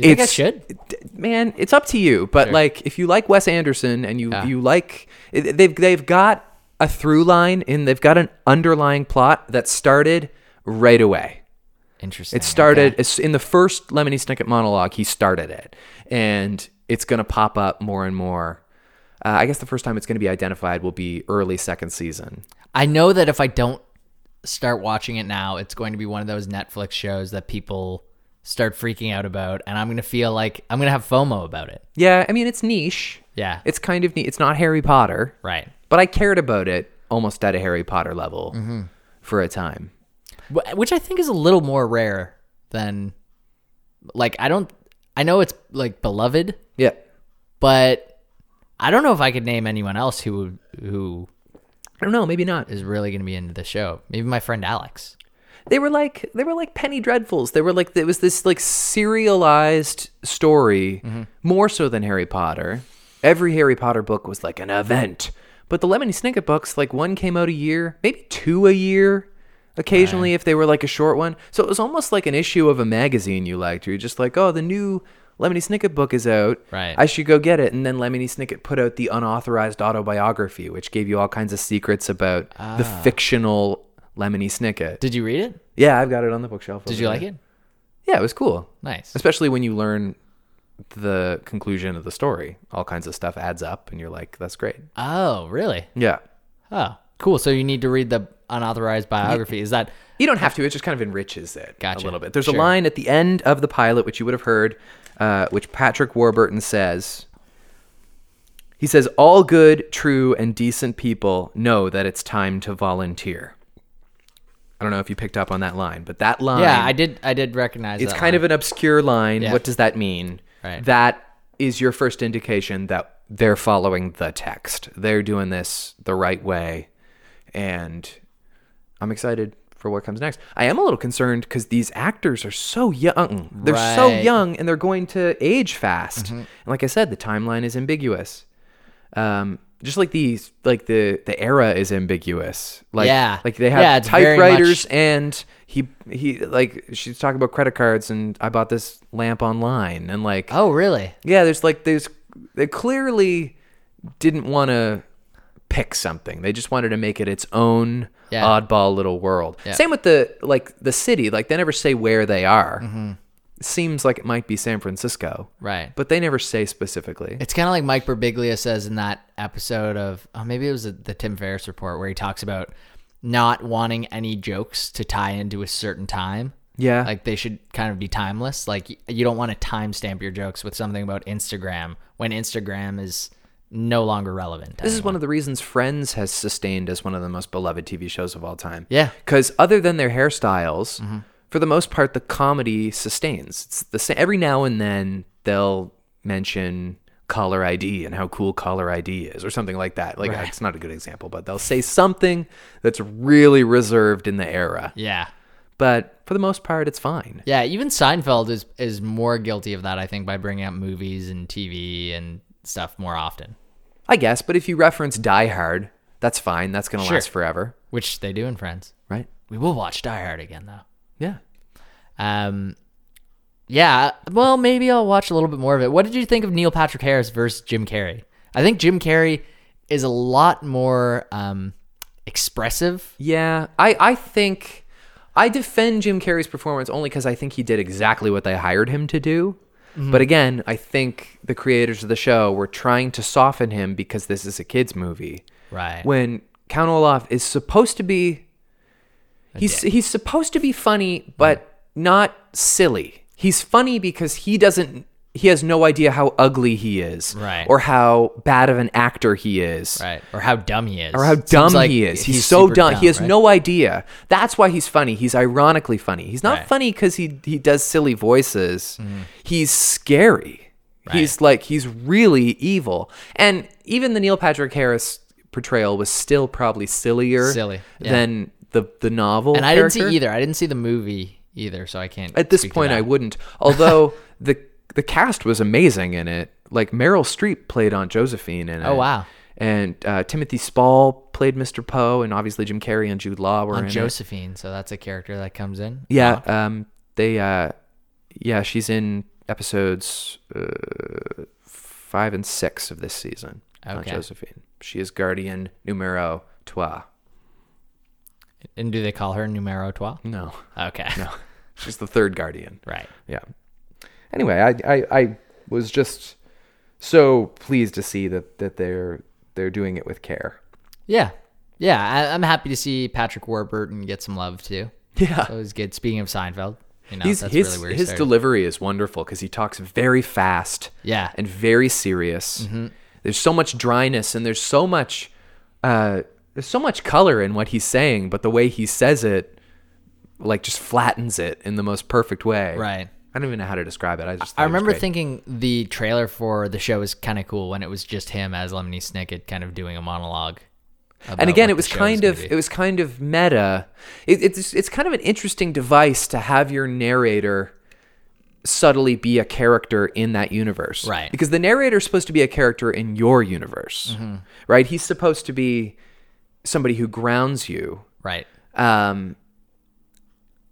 C: You think I
D: It's-
C: should?
D: d- man it's up to you but like if you like wes anderson and you you like it- they've they've got a through line and they've got an underlying plot that started right away
C: Interesting.
D: it started as- in the first lemony snicket monologue he started it and it's going to pop up more and more uh, i guess the first time it's going to be identified will be early second season
C: I know that if I don't start watching it now, it's going to be one of those Netflix shows that people start freaking out about, and I'm going to feel like I'm going to have FOMO about it.
D: yeah i mean it's niche
C: Yeah.
D: it's kind of neat it's not harry potter
C: right.
D: but i cared about it almost at a harry potter level
C: Mm-hmm.
D: for a time
C: Wh- Which I think is a little more rare than, like, I don't, I know it's like beloved,
D: yeah
C: but I don't know if I could name anyone else who who
D: I don't know, maybe not.
C: is really going to be into the show. Maybe my friend Alex.
D: They were like they were like penny dreadfuls. They were like it was this like serialized story more so than Harry Potter. Every Harry Potter book was like an event. But the Lemony Snicket books, like one came out a year, maybe two a year, occasionally if they were like a short one. So it was almost like an issue of a magazine you liked. You're just like, oh, the new Lemony Snicket book is out.
C: Right.
D: I should go get it. And then Lemony Snicket put out the unauthorized autobiography, which gave you all kinds of secrets about the fictional Lemony Snicket.
C: Did you read it?
D: Yeah, I've got it on the bookshelf.
C: Did
D: over
C: you like
D: there.
C: it?
D: Yeah, it was cool.
C: Nice.
D: Especially when you learn the conclusion of the story. All kinds of stuff adds up, and you're like, that's great.
C: Oh, really?
D: Yeah.
C: Oh, cool. So you need to read the unauthorized biography. Is that
D: You don't have to. It just kind of enriches it
C: Gotcha.
D: a little bit. There's
C: Sure.
D: a line at the end of the pilot, which you would have heard, uh, which Patrick Warburton says. He says, All good, true, and decent people know that it's time to volunteer. I don't know if you picked up on that line, but that line.
C: Yeah, I did. I did recognize.
D: It's kind of an obscure line.
C: Yeah.
D: What does that mean?
C: Right.
D: That is your first indication that they're following the text. They're doing this the right way. And I'm excited for what comes next. I am a little concerned because these actors are so young. They're so
C: Right. Mm-hmm.
D: young and they're going to age fast. And like I said, the timeline is ambiguous. Um, just like these, like the the era is ambiguous. Like
C: Yeah.
D: like they have
C: Yeah, it's very
D: typewriters
C: much
D: and he he like she's talking about credit cards and I bought this lamp online and like
C: Oh, really?
D: yeah there's like there's they clearly didn't want to pick something they just wanted to make it its own
C: Yeah.
D: oddball little world same with the like the city like they never say where they are seems like it might be San Francisco
C: Mm-hmm. Right.
D: but they never say specifically
C: It's kind of like Mike Birbiglia says in that episode of oh, maybe it was the Tim Ferriss report where he talks about not wanting any jokes to tie into a certain time.
D: yeah
C: Like they should kind of be timeless. Like y- you don't want to timestamp your jokes with something about Instagram when Instagram is no longer relevant.
D: This is one of the reasons Friends has sustained as one of the most beloved TV shows of all time.
C: Yeah. Mm-hmm.
D: Because other than their hairstyles, for the most part, the comedy sustains. It's the same. Every now and then, they'll mention caller ID and how cool caller ID is or something like that. Like, it's not a good example, but they'll say something that's really reserved in the era.
C: yeah.
D: But for the most part, it's fine.
C: Yeah, even Seinfeld is is more guilty of that, I think, by bringing up movies and TV and stuff more often,
D: I guess. But if you reference Die Hard, that's fine. That's going to
C: Sure.
D: last forever.
C: which they do in Friends.
D: Right.
C: We will watch Die Hard again, though.
D: Yeah.
C: Um, yeah, well, maybe I'll watch a little bit more of it. What did you think of Neil Patrick Harris versus Jim Carrey? I think Jim Carrey is a lot more um, expressive.
D: Yeah, I, I think I defend Jim Carrey's performance only because I think he did exactly what they hired him to do.
C: Mm-hmm.
D: But again, I think the creators of the show were trying to soften him because this is a kids' movie.
C: Right.
D: When Count Olaf is supposed to be, he's he's supposed to be funny, but
C: Mm.
D: not silly. He's funny because he doesn't. He has no idea how ugly he is,
C: Right.
D: or how bad of an actor he is,
C: right. Or how dumb he is.
D: or how
C: Seems
D: dumb
C: like
D: he is. He's,
C: he's
D: so
C: super
D: dumb. He has
C: right?
D: no idea. That's why he's funny. He's ironically funny. He's not
C: Right. Mm-hmm.
D: funny because he he does silly voices. He's scary. He's like he's really evil. And even the Neil Patrick Harris portrayal was still probably sillier
C: Silly, yeah.
D: than the the novel.
C: And I didn't see
D: character.
C: either. I didn't see the movie either, so I can't.
D: At this
C: speak to
D: point,
C: that.
D: I wouldn't. Although the the cast was amazing in it. Like Meryl Streep played Aunt Josephine in it.
C: Oh, wow.
D: And uh, Timothy Spall played Mr. Poe, and obviously Jim Carrey and Jude Law were
C: on
D: in it.
C: Josephine, so that's a character that comes in.
D: Yeah. Um. They. Uh. Yeah. She's in episodes uh, five and six of this season. Aunt
C: Okay.
D: Josephine. She is guardian numero trois.
C: And do they call her numero trois?
D: Mm. No.
C: Okay.
D: She's the third guardian.
C: Right.
D: yeah. Anyway, I, I I was just so pleased to see that that they're they're doing it with care.
C: Yeah. Yeah. I, I'm happy to see Patrick Warburton get some love too.
D: Yeah.
C: So was good. Speaking of Seinfeld, you know,
D: He's,
C: that's
D: his
C: really where he
D: his
C: started.
D: delivery is wonderful because he talks very fast.
C: Yeah. Mm-hmm.
D: and very serious. There's so much dryness and there's so much uh, there's so much color in what he's saying, but the way he says it, like, just flattens it in the most perfect way.
C: Right.
D: I don't even know how to describe it. I just
C: I
D: thought it was
C: remember
D: great.
C: thinking the trailer for the show was kind of cool when it was just him as Lemony Snicket kind of doing a monologue.
D: and again, it was kind of it was kind of meta. It, it's it's kind of an interesting device to have your narrator subtly be a character in that universe,
C: Right.
D: Because the narrator's supposed to be a character in your universe,
C: Mm-hmm.
D: right? He's supposed to be somebody who grounds you.
C: right.
D: Um,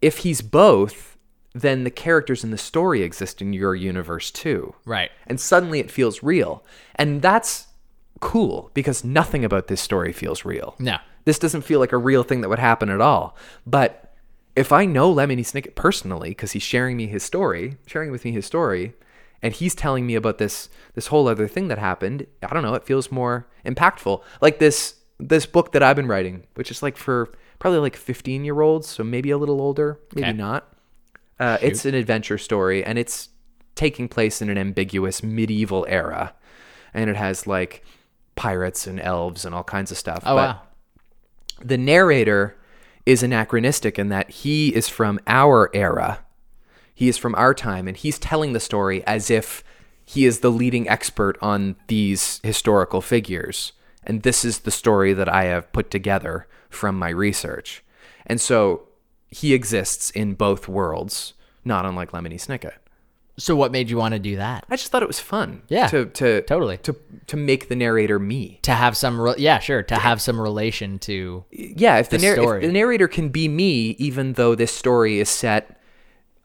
D: if he's both, then the characters in the story exist in your universe too,
C: Right.
D: and suddenly it feels real, and that's cool because nothing about this story feels real
C: No.
D: This doesn't feel like a real thing that would happen at all. But if I know Lemony Snicket personally, because he's sharing me his story, sharing with me his story, and he's telling me about this this whole other thing that happened, I don't know, it feels more impactful. Like this this book that I've been writing, which is like for probably like 15 year olds, so maybe a little older, maybe
C: Okay.
D: not. Uh, it's an adventure story, and it's taking place in an ambiguous medieval era, and it has like pirates and elves and all kinds of stuff.
C: Oh wow.
D: the narrator is anachronistic in that he is from our era, he is from our time, and he's telling the story as if he is the leading expert on these historical figures, and this is the story that I have put together from my research, and so he exists in both worlds, not unlike Lemony Snicket.
C: So what made you want to do that?
D: I just thought it was fun.
C: Yeah,
D: To to
C: totally.
D: to to make the narrator me.
C: To have some, re- yeah, sure, to have some relation to
D: Yeah, if the,
C: The
D: narr-
C: story.
D: if the narrator can be me, even though this story is set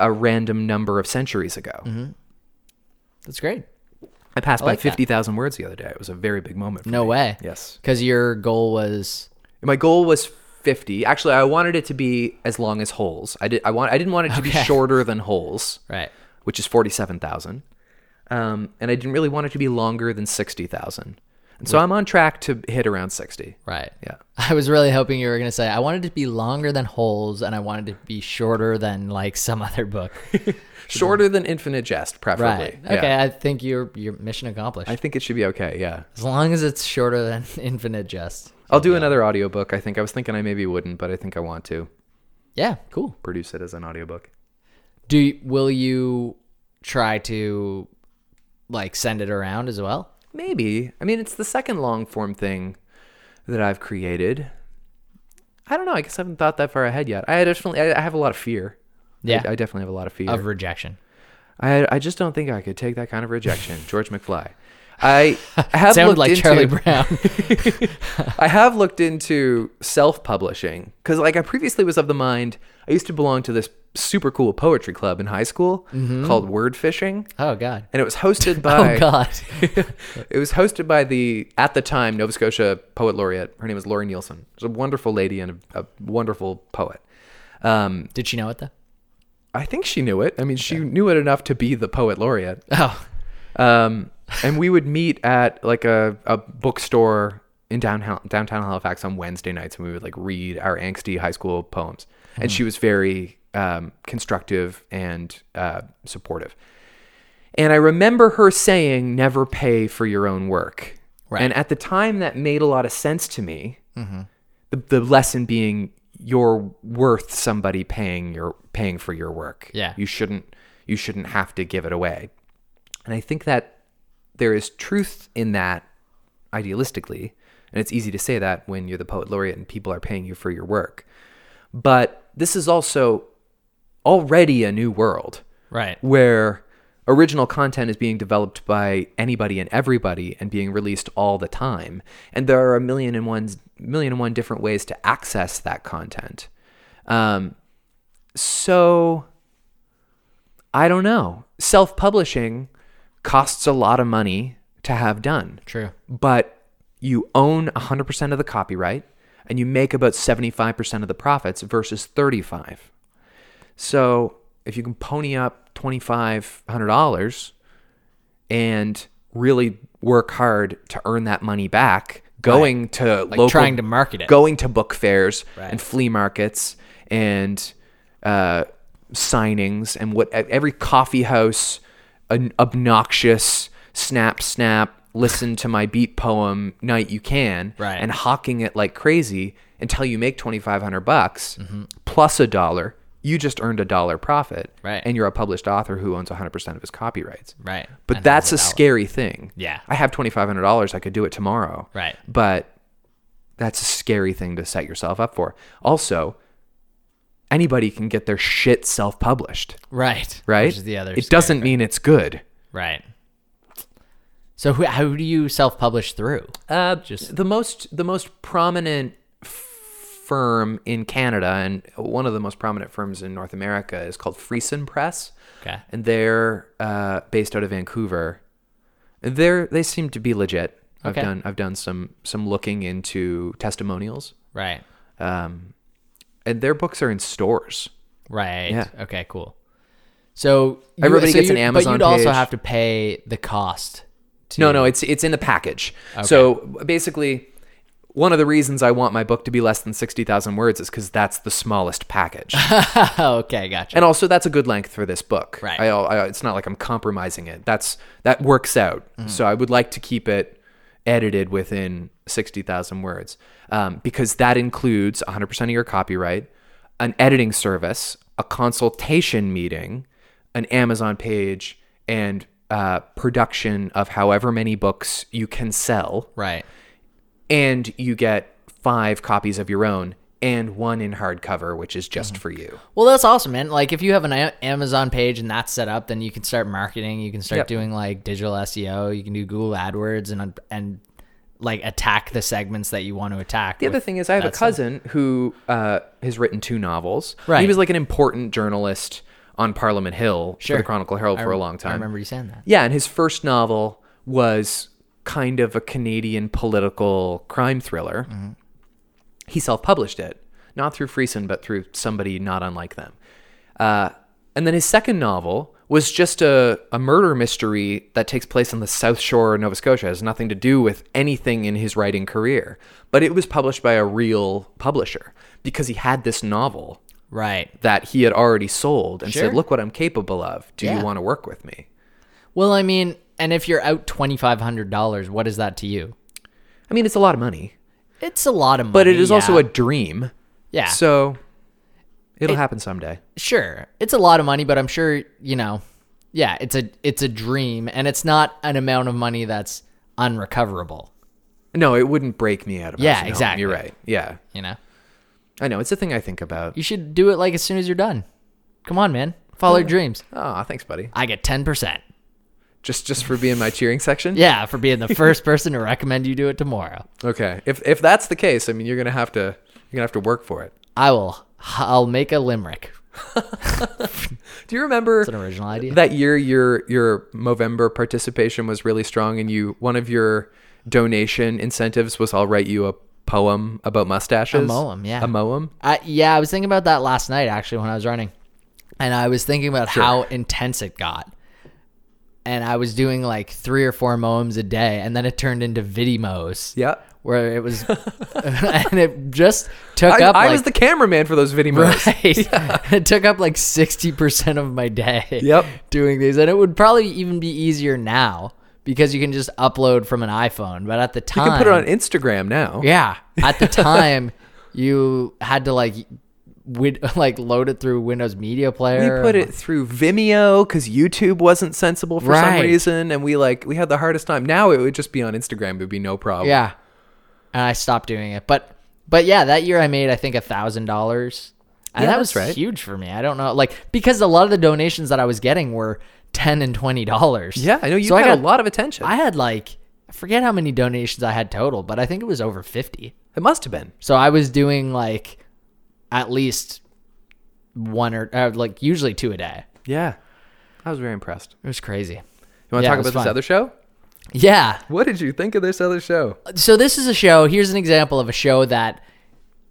D: a random number of centuries ago.
C: That's great.
D: I passed by
C: Mm-hmm. like that.
D: fifty thousand words the other day. It was a very big moment. For
C: No
D: me.
C: way.
D: Yes.
C: Because your goal was
D: My goal was fifty. Actually, I wanted it to be as long as holes. I did. I want. I didn't want it to be
C: Okay.
D: shorter than holes,
C: right.
D: which is forty-seven thousand. Um, and I didn't really want it to be longer than sixty thousand. And so I'm on track to hit around sixty.
C: Right.
D: Yeah.
C: I was really hoping you were going to say, I wanted it to be longer than Holes and I wanted it to be shorter than like some other book.
D: Shorter than Infinite Jest, preferably.
C: right.
D: Yeah.
C: Okay. I think your, your mission accomplished.
D: I think it should be okay. Yeah.
C: as long as it's shorter than Infinite Jest.
D: I'll do another audiobook. I think I was thinking I maybe wouldn't, but I think I want to
C: Yeah. Cool.
D: produce it as an audiobook.
C: Do you- Will you try to like send it around as well?
D: Maybe. I mean, it's the second long form thing that I've created. I don't know. I guess I haven't thought that far ahead yet. I definitely, I, I have a lot of fear.
C: Yeah.
D: I, I definitely have a lot of fear.
C: Of rejection.
D: I, I just don't think I could take that kind of rejection, George McFly. I have
C: Sounded
D: looked
C: like
D: into,
C: Charlie Brown.
D: I have looked into self-publishing because, like, I previously was of the mind. I used to belong to this super cool poetry club in high school
C: Mm-hmm.
D: called Word Fishing,
C: oh, God.
D: and it was hosted by
C: Oh, God.
D: it was hosted by the at the time Nova Scotia poet laureate. Her name was Laurie Nielsen. She's a wonderful lady and a, a wonderful poet. Um,
C: Did she know it though?
D: I think she knew it. I mean, she knew it enough to be the poet laureate.
C: Oh,
D: Um, and we would meet at like a, a bookstore in downtown downtown Halifax on Wednesday nights, and we would like read our angsty high school poems.
C: Hmm.
D: And she was very um, constructive and uh, supportive. And I remember her saying, "Never pay for your own work."
C: Right.
D: And at the time, that made a lot of sense to me. The, the lesson being, you're worth somebody paying your paying for your work.
C: Yeah.
D: You shouldn't you shouldn't have to give it away. And I think that there is truth in that idealistically. And it's easy to say that when you're the poet laureate and people are paying you for your work. But this is also already a new world
C: right.
D: where original content is being developed by anybody and everybody and being released all the time and there are a million and one million and one different ways to access that content um, so i don't know self-publishing costs a lot of money to have done
C: True.
D: but you own 100% of the copyright and you make about 75% of the profits versus 35 so if you can pony up $2500 and really work hard to earn that money back going to
C: Like
D: local,
C: trying to market it.
D: going to book fairs
C: Right.
D: and flea markets and uh, signings and what e-, every coffee house, an obnoxious snap snap, listen to my beat poem night you can,
C: Right.
D: and hawking it like crazy until you make twenty five hundred bucks
C: Mm-hmm.
D: plus a dollar. You just earned a dollar profit,
C: Right.
D: and you're a published author who owns 100% of his copyrights.
C: Right.
D: But
C: And
D: that's a
C: holds it out.
D: scary thing.
C: Yeah.
D: I have $2,500. I could do it tomorrow.
C: Right.
D: But that's a scary thing to set yourself up for. Also, anybody can get their shit self published,
C: Right.
D: right?
C: Which is the other.
D: It
C: scary
D: doesn't mean it's good.
C: Right. So who, how do you self-publish through?
D: Uh,
C: Just-
D: the most the most prominent f- firm in Canada and one of the most prominent firms in North America is called Friesen Press.
C: Okay.
D: and they're uh, based out of Vancouver. They're they seem to be legit. I've
C: Okay.
D: done I've done some some looking into testimonials
C: Right.
D: Um, and their books are in stores.
C: Right.
D: Yeah.
C: Okay. Cool. So you,
D: Everybody
C: so
D: gets
C: you-
D: an Amazon
C: But you'd also
D: page.
C: have to pay the cost. To,
D: No, no, it's it's in the package. So basically, one of the reasons I want my book to be less than sixty thousand words is because that's the smallest package,
C: Oh, okay, gotcha.
D: and also that's a good length for this book.
C: Right.
D: I, I, it's not like I'm compromising it. That's that works out.
C: Mm-hmm.
D: So I would like to keep it edited within sixty thousand words um, because that includes one hundred percent of your copyright, an editing service, a consultation meeting, an Amazon page, and uh, production of however many books you can sell
C: right.
D: and you get five copies of your own and one in hardcover, which is just
C: Mm-hmm.
D: for you.
C: Well, that's awesome, man. Like, if you have an A- Amazon page and that's set up, then you can start marketing. You can start
D: Yep.
C: doing like digital SEO. You can do Google AdWords and and like attack the segments that you want to attack.
D: The other
C: with
D: thing is, I have a
C: that stuff.
D: cousin who uh, has written two novels.
C: Right.
D: He was like an important journalist on Parliament Hill
C: Sure.
D: for the Chronicle Herald
C: I
D: for a
C: rem-
D: long
C: I
D: time.
C: remember you saying that.
D: Yeah, and his first novel was kind of a Canadian political crime thriller.
C: Mm-hmm.
D: He self published it, not through Friesen, but through somebody not unlike them. Uh, and then his second novel was just a, a murder mystery that takes place on the South Shore of Nova Scotia. It has nothing to do with anything in his writing career, but it was published by a real publisher because he had this novel
C: Right.
D: that he had already sold and
C: Sure.
D: said, Look what I'm capable of. Do
C: Yeah.
D: you want to work with me?
C: Well, I mean, and if you're out twenty five hundred dollars, what is that to you?
D: I mean, it's a lot of money.
C: It's a lot of money.
D: but it is also
C: yeah.
D: a dream.
C: yeah.
D: So it'll happen someday.
C: sure it's a lot of money but i'm sure you know yeah it's a it's a dream and it's not an amount of money that's unrecoverable
D: No, it wouldn't break me out of my
C: Yeah,
D: shell.
C: exactly.
D: You're right. Yeah.
C: you know
D: I know. It's a thing I think about.
C: you should do it like as soon as you're done come on man follow your dreams
D: Oh, thanks, buddy.
C: i get 10%
D: Just just for being my cheering section?
C: yeah for being the first person to recommend you do it tomorrow
D: Okay. If if that's the case, I mean you're gonna have to you're gonna have to work for it.
C: i will i'll make a limerick
D: Do you remember
C: an original idea.
D: that year your your Movember participation was really strong and you one of your donation incentives was I'll write you a poem about mustaches?
C: moem, yeah.
D: A moem?
C: I, yeah i was thinking about that last night actually when i was running and i was thinking about how intense it got and i was doing like three or four moems a day and then it turned into vidimos
D: Yeah.
C: where it was, and it just took
D: I,
C: up.
D: I
C: like,
D: was the cameraman for those video moems.
C: it took up like sixty percent of my day.
D: Yep.
C: doing these, and it would probably even be easier now because you can just upload from an iPhone. But at the
D: You
C: time,
D: can put it on Instagram now.
C: Yeah, at the time, you had to like, win- like load it through Windows Media Player.
D: We put it through Vimeo because YouTube wasn't sensible for
C: Right.
D: some reason, and we like we had the hardest time. Now it would just be on Instagram; it would be no problem.
C: Yeah. And I stopped doing it. But but yeah, that year I made I think a thousand dollars. And
D: Yeah,
C: that was
D: that's right.
C: huge for me. I don't know. Like because a lot of the donations that I was getting were ten and twenty dollars.
D: yeah. I know you
C: So
D: got,
C: I got
D: a lot of attention.
C: I had like I forget how many donations I had total, but I think it was over fifty.
D: it must have been.
C: So I was doing like at least one or uh, like usually two a day.
D: Yeah, I was very impressed.
C: It was crazy.
D: You want to
C: Yeah, it
D: talk
C: was
D: about
C: fun.
D: this other show?
C: Yeah,
D: What did you think of this other show?
C: so this is a show here's an example of a show that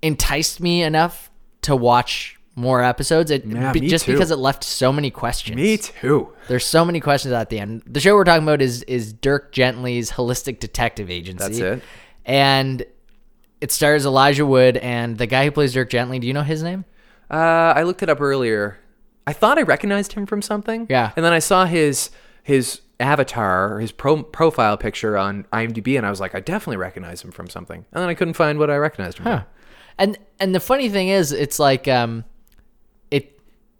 C: enticed me enough to watch more episodes it
D: Yeah,
C: be-
D: me
C: just
D: too.
C: because it left so many questions
D: too.
C: there's so many questions at the end the show we're talking about is is dirk gently's holistic detective agency
D: That's it.
C: and it stars elijah wood and the guy who plays dirk gently do you know his name
D: Uh, I looked it up earlier. I thought I recognized him from something.
C: Yeah.
D: and then I saw his his avatar, or his pro- profile picture on IMDb, and I was like, I definitely recognize him from something. And then I couldn't find what I recognized him from.
C: and and the funny thing is it's like um it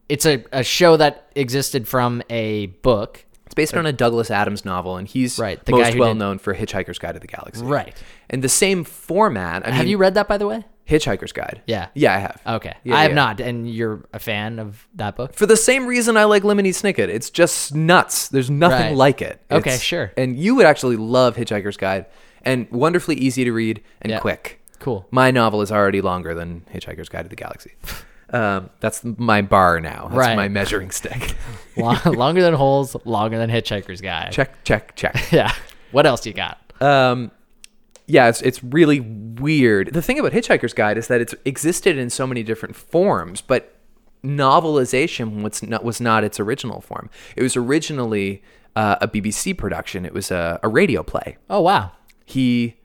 C: it's a, a show that existed from a book
D: It's based on a Douglas Adams novel, and he's
C: Right, the
D: most
C: guy who
D: well
C: did-
D: known for Hitchhiker's Guide to the Galaxy.
C: Right.
D: And the same format. I mean,
C: have you read that by the way
D: Hitchhiker's Guide?
C: Yeah.
D: Yeah, I have.
C: Okay.
D: Yeah,
C: I have
D: yeah.
C: not. And you're a fan of that book?
D: For the same reason I like Lemony Snicket. It's just nuts. There's nothing
C: Right.
D: like it.
C: Okay,
D: It's-
C: sure.
D: And you would actually love Hitchhiker's Guide, and wonderfully easy to read and
C: Yeah.
D: quick.
C: Cool.
D: My novel is already longer than Hitchhiker's Guide to the Galaxy. Um, that's my bar now. That's
C: Right.
D: my measuring stick.
C: Long, longer than Holes, longer than Hitchhiker's Guide.
D: check, check, check.
C: Yeah. What else you got?
D: Um, yeah, it's, it's really weird. The thing about Hitchhiker's Guide is that it's existed in so many different forms, but novelization was not, was not its original form. It was originally uh, a BBC production, it was a, a radio play.
C: Oh wow.
D: He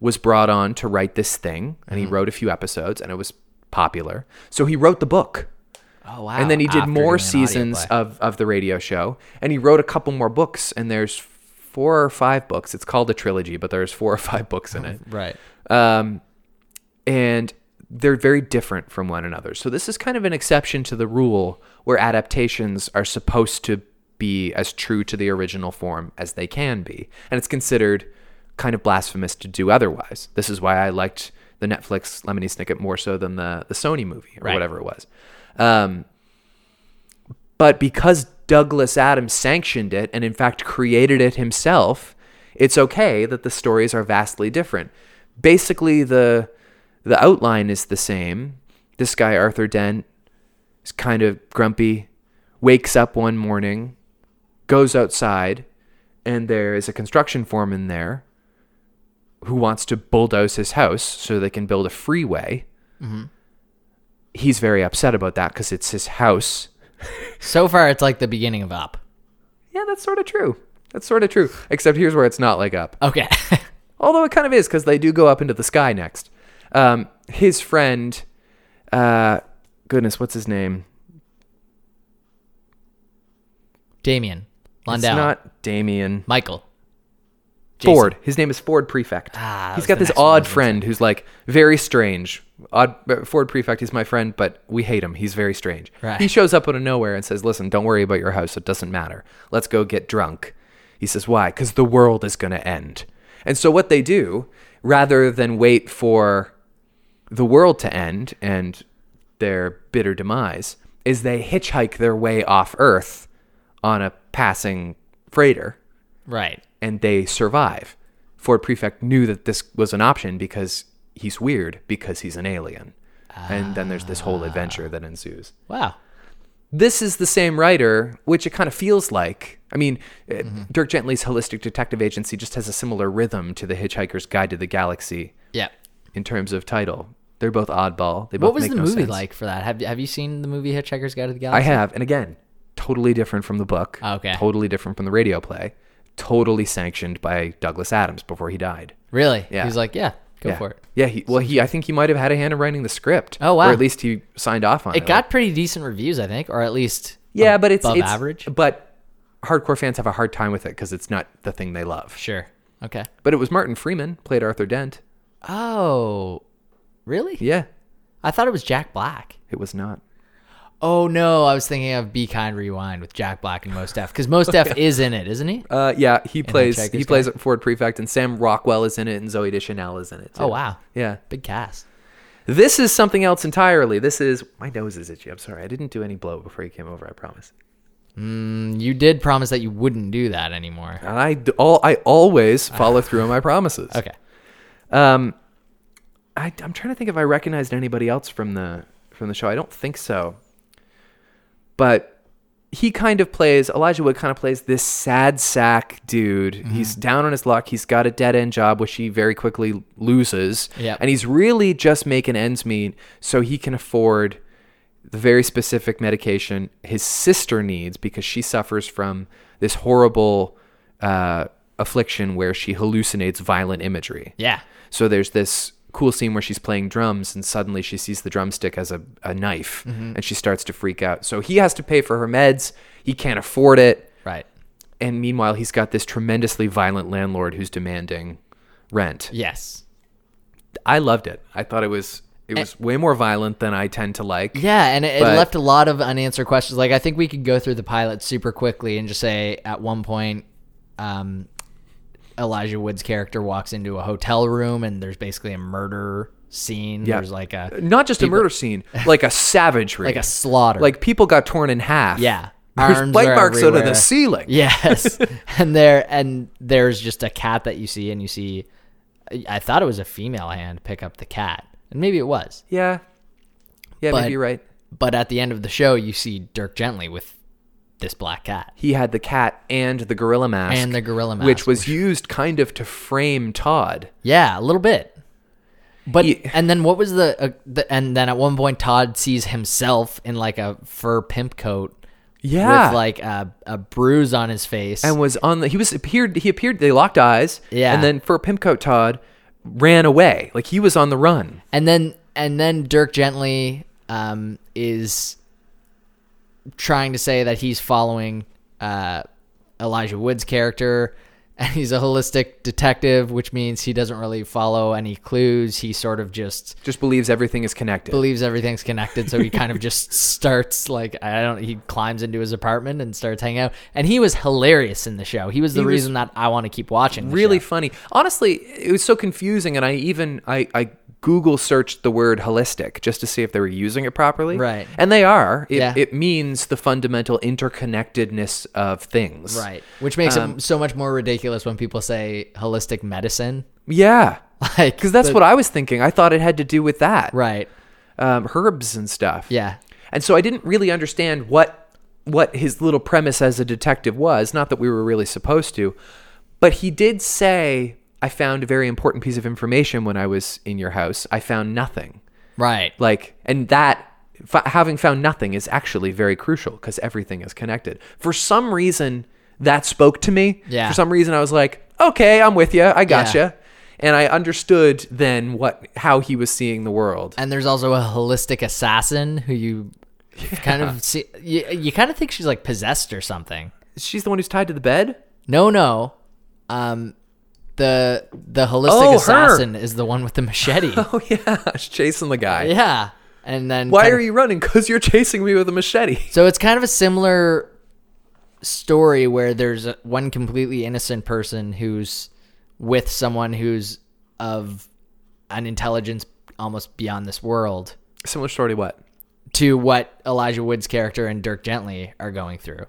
D: was brought on to write this thing, and he wrote a few episodes, and it was popular. So he wrote the book.
C: Oh wow.
D: And then he did
C: After doing
D: more
C: an audio
D: seasons
C: play.
D: of, of the radio show. And he wrote a couple more books, and there's four or five books. It's called a trilogy, but there's four or five books in it.
C: right.
D: Um, and they're very different from one another. So this is kind of an exception to the rule where adaptations are supposed to be as true to the original form as they can be. And it's considered kind of blasphemous to do otherwise. This is why I liked the Netflix Lemony Snicket more so than the, the Sony movie or
C: Right.
D: whatever it was. Um, but because Douglas Adams sanctioned it and in fact created it himself, it's okay that the stories are vastly different. Basically the the outline is the same. This guy Arthur Dent is kind of grumpy, wakes up one morning, goes outside, and there is a construction foreman there who wants to bulldoze his house so they can build a freeway. He's very upset about that because it's his house.
C: So far, it's like the beginning of Up.
D: Yeah, that's sort of true. That's sort of true. Except here's where it's not like up.
C: Okay.
D: Although it kind of is because they do go up into the sky next. Um, his friend, uh, goodness, what's his name?
C: Damien.
D: It's
C: Lundell.
D: not Damien.
C: Michael.
D: Ford. His name is Ford Prefect.
C: Ah, that
D: he's
C: was
D: got
C: the
D: this
C: next one I was
D: odd
C: gonna
D: friend who's like very strange. Odd uh, Ford Prefect is my friend, but we hate him. He's very strange.
C: Right.
D: He shows up out of nowhere and says, "Listen, don't worry about your house. It doesn't matter. Let's go get drunk." He says, "Why? Because the world is going to end." And so what they do, rather than wait for the world to end and their bitter demise, is they hitchhike their way off Earth on a passing freighter
C: Right.
D: and they survive. Ford Prefect knew that this was an option because he's weird because he's an alien. and then there's this whole adventure that ensues.
C: Wow.
D: This is the same writer, which it kind of feels like. I mean, uh,
C: Mm-hmm.
D: Dirk Gently's Holistic Detective Agency just has a similar rhythm to The Hitchhiker's Guide to the Galaxy
C: Yeah.
D: in terms of title. They're both oddball. They both
C: What was
D: make
C: the
D: no
C: movie
D: sense.
C: like for that? Have Have you seen the movie Hitchhiker's Guide to the
D: I
C: Galaxy?
D: have, and again, totally different from the book.
C: Okay.
D: Totally different from the radio play. Totally sanctioned by Douglas Adams before he died.
C: really?
D: Yeah.
C: He's like, yeah, go
D: yeah.
C: for it.
D: Yeah, he, well, he I think he might have had a hand in writing the script.
C: Oh, wow.
D: Or at least he signed off on it.
C: It got pretty decent reviews, I think, or at least
D: yeah, but it's
C: above
D: it's-
C: average.
D: But hardcore fans have a hard time with it because it's not the thing they love.
C: Sure. Okay.
D: But it was Martin Freeman played Arthur Dent.
C: Oh, really?
D: Yeah,
C: I thought it was Jack Black.
D: it was not.
C: Oh no, I was thinking of Be Kind Rewind with Jack Black and Most Def because Most Def is in it, isn't he?
D: Uh, yeah, he plays
C: Hitchhiker's
D: he plays Ford Prefect, and Sam Rockwell is in it, and Zoe Deschanel is in it. too.
C: Oh wow,
D: Yeah,
C: big cast.
D: this is something else entirely. This is my nose is itchy. I'm sorry, I didn't do any blow before you came over. I promise.
C: Mm, You did promise that you wouldn't do that anymore.
D: And I d- all I always follow through on my promises.
C: Okay.
D: Um, I, I'm trying to think if I recognized anybody else from the from the show. I don't think so. But he kind of plays Elijah Wood. Kind of plays this sad sack dude. He's down on his luck. He's got a dead end job, which he very quickly loses.
C: Yep.
D: and he's really just making ends meet so he can afford the very specific medication his sister needs because she suffers from this horrible uh, affliction where she hallucinates violent imagery.
C: Yeah.
D: So there's this cool scene where she's playing drums and suddenly she sees the drumstick as a, a knife
C: Mm-hmm.
D: and she starts to freak out. So he has to pay for her meds. He can't afford it.
C: Right.
D: And meanwhile, he's got this tremendously violent landlord who's demanding rent.
C: Yes.
D: I loved it. I thought it was it was way more violent than I tend to like.
C: Yeah, and it, it
D: But-
C: left a lot of unanswered questions. Like I think we could go through the pilot super quickly and just say at one point, um, Elijah Wood's character walks into a hotel room and there's basically a murder scene.
D: Yeah.
C: There's like a
D: Not just a murder scene, like a savagery.
C: like a slaughter.
D: like people got torn in half.
C: Yeah.
D: There's
C: Arms
D: bite
C: are
D: marks out of
C: everywhere.
D: the ceiling.
C: Yes, and there and there's just a cat that you see, and you see. I thought it was a female hand pick up the cat, and maybe it was.
D: Yeah. Yeah,
C: But-
D: maybe you're right.
C: But at the end of the show, you see Dirk Gently with this black cat.
D: he had the cat and the gorilla mask
C: And the gorilla mask,
D: which was used kind of to frame Todd.
C: Yeah, a little bit. But
D: Ye-
C: and then what was the, uh, the and then at one point Todd sees himself in like a fur pimp coat
D: Yeah.
C: with like a, a bruise on his face.
D: and was on the he was appeared he appeared they locked eyes
C: Yeah.
D: and then for Pimcoat Todd ran away like he was on the run
C: And then and then Dirk Gently um, is trying to say that he's following uh, Elijah Wood's character, and he's a holistic detective, which means he doesn't really follow any clues. He sort of just
D: just believes everything is connected
C: believes everything's connected, so he kind of just starts like I don't. He climbs into his apartment and starts hanging out, and he was hilarious in the show. He was the
D: was
C: reason that I want to keep watching. the
D: really
C: show.
D: funny honestly it was so confusing and I even I I Google searched the word holistic just to see if they were using it properly
C: Right.
D: and they are it,
C: Yeah.
D: it means the fundamental interconnectedness of things
C: right, which makes
D: Um,
C: it so much more ridiculous when people say holistic medicine.
D: yeah
C: Like,
D: because that's
C: the-
D: what I was thinking I thought it had to do with that
C: right.
D: um, herbs and stuff
C: Yeah,
D: And so I didn't really understand what what his little premise as a detective was, not that we were really supposed to, but he did say I found a very important piece of information when I was in your house. I found nothing.
C: right.
D: Like and that f- having found nothing is actually very crucial cuz everything is connected. For some reason that spoke to me.
C: Yeah.
D: For some reason I was like, "Okay, I'm with you. I gotcha."
C: Yeah.
D: And I understood then what how he was seeing the world.
C: and there's also a holistic assassin who you kind of see. You, you kind of think she's like possessed or something.
D: She's the one who's tied to the bed?
C: No, no. Um, the the holistic
D: Oh, her.
C: assassin is the one with the machete.
D: Oh yeah, she's chasing the guy.
C: yeah, and then
D: Why
C: kind
D: are
C: of-
D: you running? Because you're chasing me with a machete.
C: So it's kind of a similar story where there's a- one completely innocent person who's with someone who's of an intelligence almost beyond this world
D: Similar story. to What?
C: to what Elijah Wood's character and Dirk Gently are going through.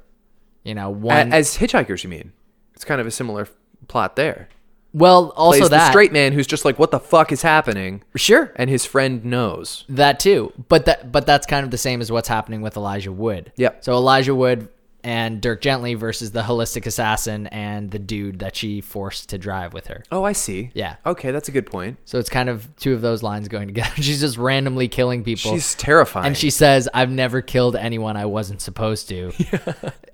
C: You know,
D: A-
C: one
D: As hitchhikers, you mean? It's kind of a similar f- plot there.
C: well,
D: Plays
C: also
D: the
C: that
D: straight man who's just like, "What the fuck is happening?"
C: sure
D: And his friend knows.
C: That too, but that but that's kind of the same as what's happening with Elijah Wood.
D: Yep.
C: So Elijah Wood and Dirk Gently versus the holistic assassin and the dude that she forced to drive with her.
D: Oh, I see.
C: Yeah.
D: Okay, that's a good point.
C: So it's kind of two of those lines going together. She's just randomly killing people.
D: She's terrifying.
C: and she says, "I've never killed anyone I wasn't supposed to,"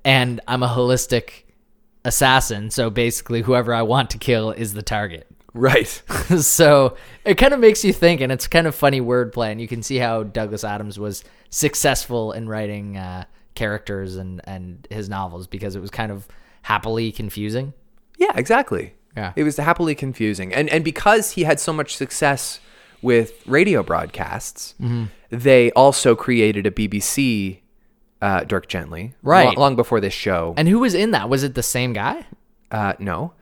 C: and I'm a holistic assassin. So basically, whoever I want to kill is the target.
D: right.
C: so it kind of makes you think, and it's kind of funny wordplay, and you can see how Douglas Adams was successful in writing uh, characters and and his novels because it was kind of happily confusing.
D: Yeah, exactly.
C: Yeah.
D: It was happily confusing. And and because he had so much success with radio broadcasts,
C: Mm-hmm.
D: they also created a BBC uh, Dirk Gently. lo-
C: Right.
D: long before this show.
C: And who was in that? Was it the same guy?
D: Uh, no.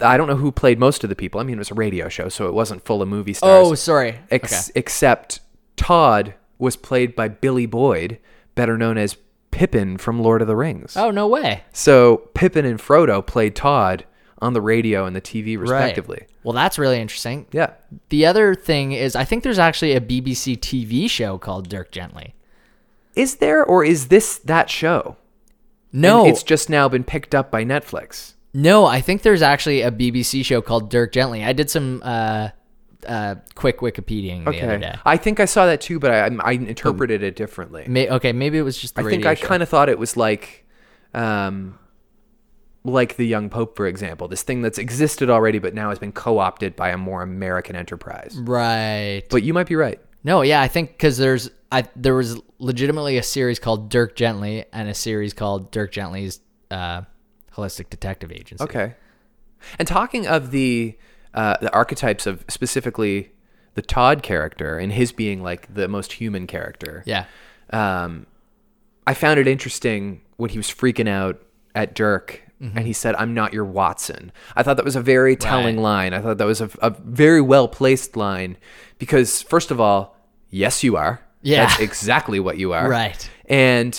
D: I don't know who played most of the people. I mean, it was a radio show, so it wasn't full of movie stars.
C: Oh, sorry.
D: Ex-
C: okay.
D: Except Todd was played by Billy Boyd, better known as Pippin from Lord of the Rings.
C: Oh no way.
D: So Pippin and Frodo played Todd on the radio and the TV, respectively.
C: Right. Well, that's really interesting.
D: Yeah.
C: The other thing is, I think there's actually a BBC TV show called Dirk Gently.
D: Is there, or is this that show? And
C: No,
D: it's just now been picked up by Netflix.
C: No, I think there's actually a BBC show called Dirk Gently. I did some uh, uh, quick Wikipediaing the other day.
D: I think I saw that too, but I, I interpreted it differently.
C: May, okay, maybe it was just the
D: I think
C: radio
D: I
C: show.
D: kind of thought it was like, um, like the Young Pope, for example, this thing that's existed already, but now has been co-opted by a more American enterprise.
C: right.
D: But you might be right.
C: No, yeah, I think because there's I there was legitimately a series called Dirk Gently and a series called Dirk Gently's uh, Holistic Detective Agency.
D: Okay. And talking of the uh, the archetypes of specifically the Todd character and his being like the most human character,
C: Yeah.
D: um, I found it interesting when he was freaking out at Dirk
C: Mm-hmm.
D: and he said, I'm not your Watson. I thought that was a very telling line. I thought that was a, a very well placed line because, first of all, yes, you are.
C: Yeah.
D: That's exactly what you are.
C: Right.
D: And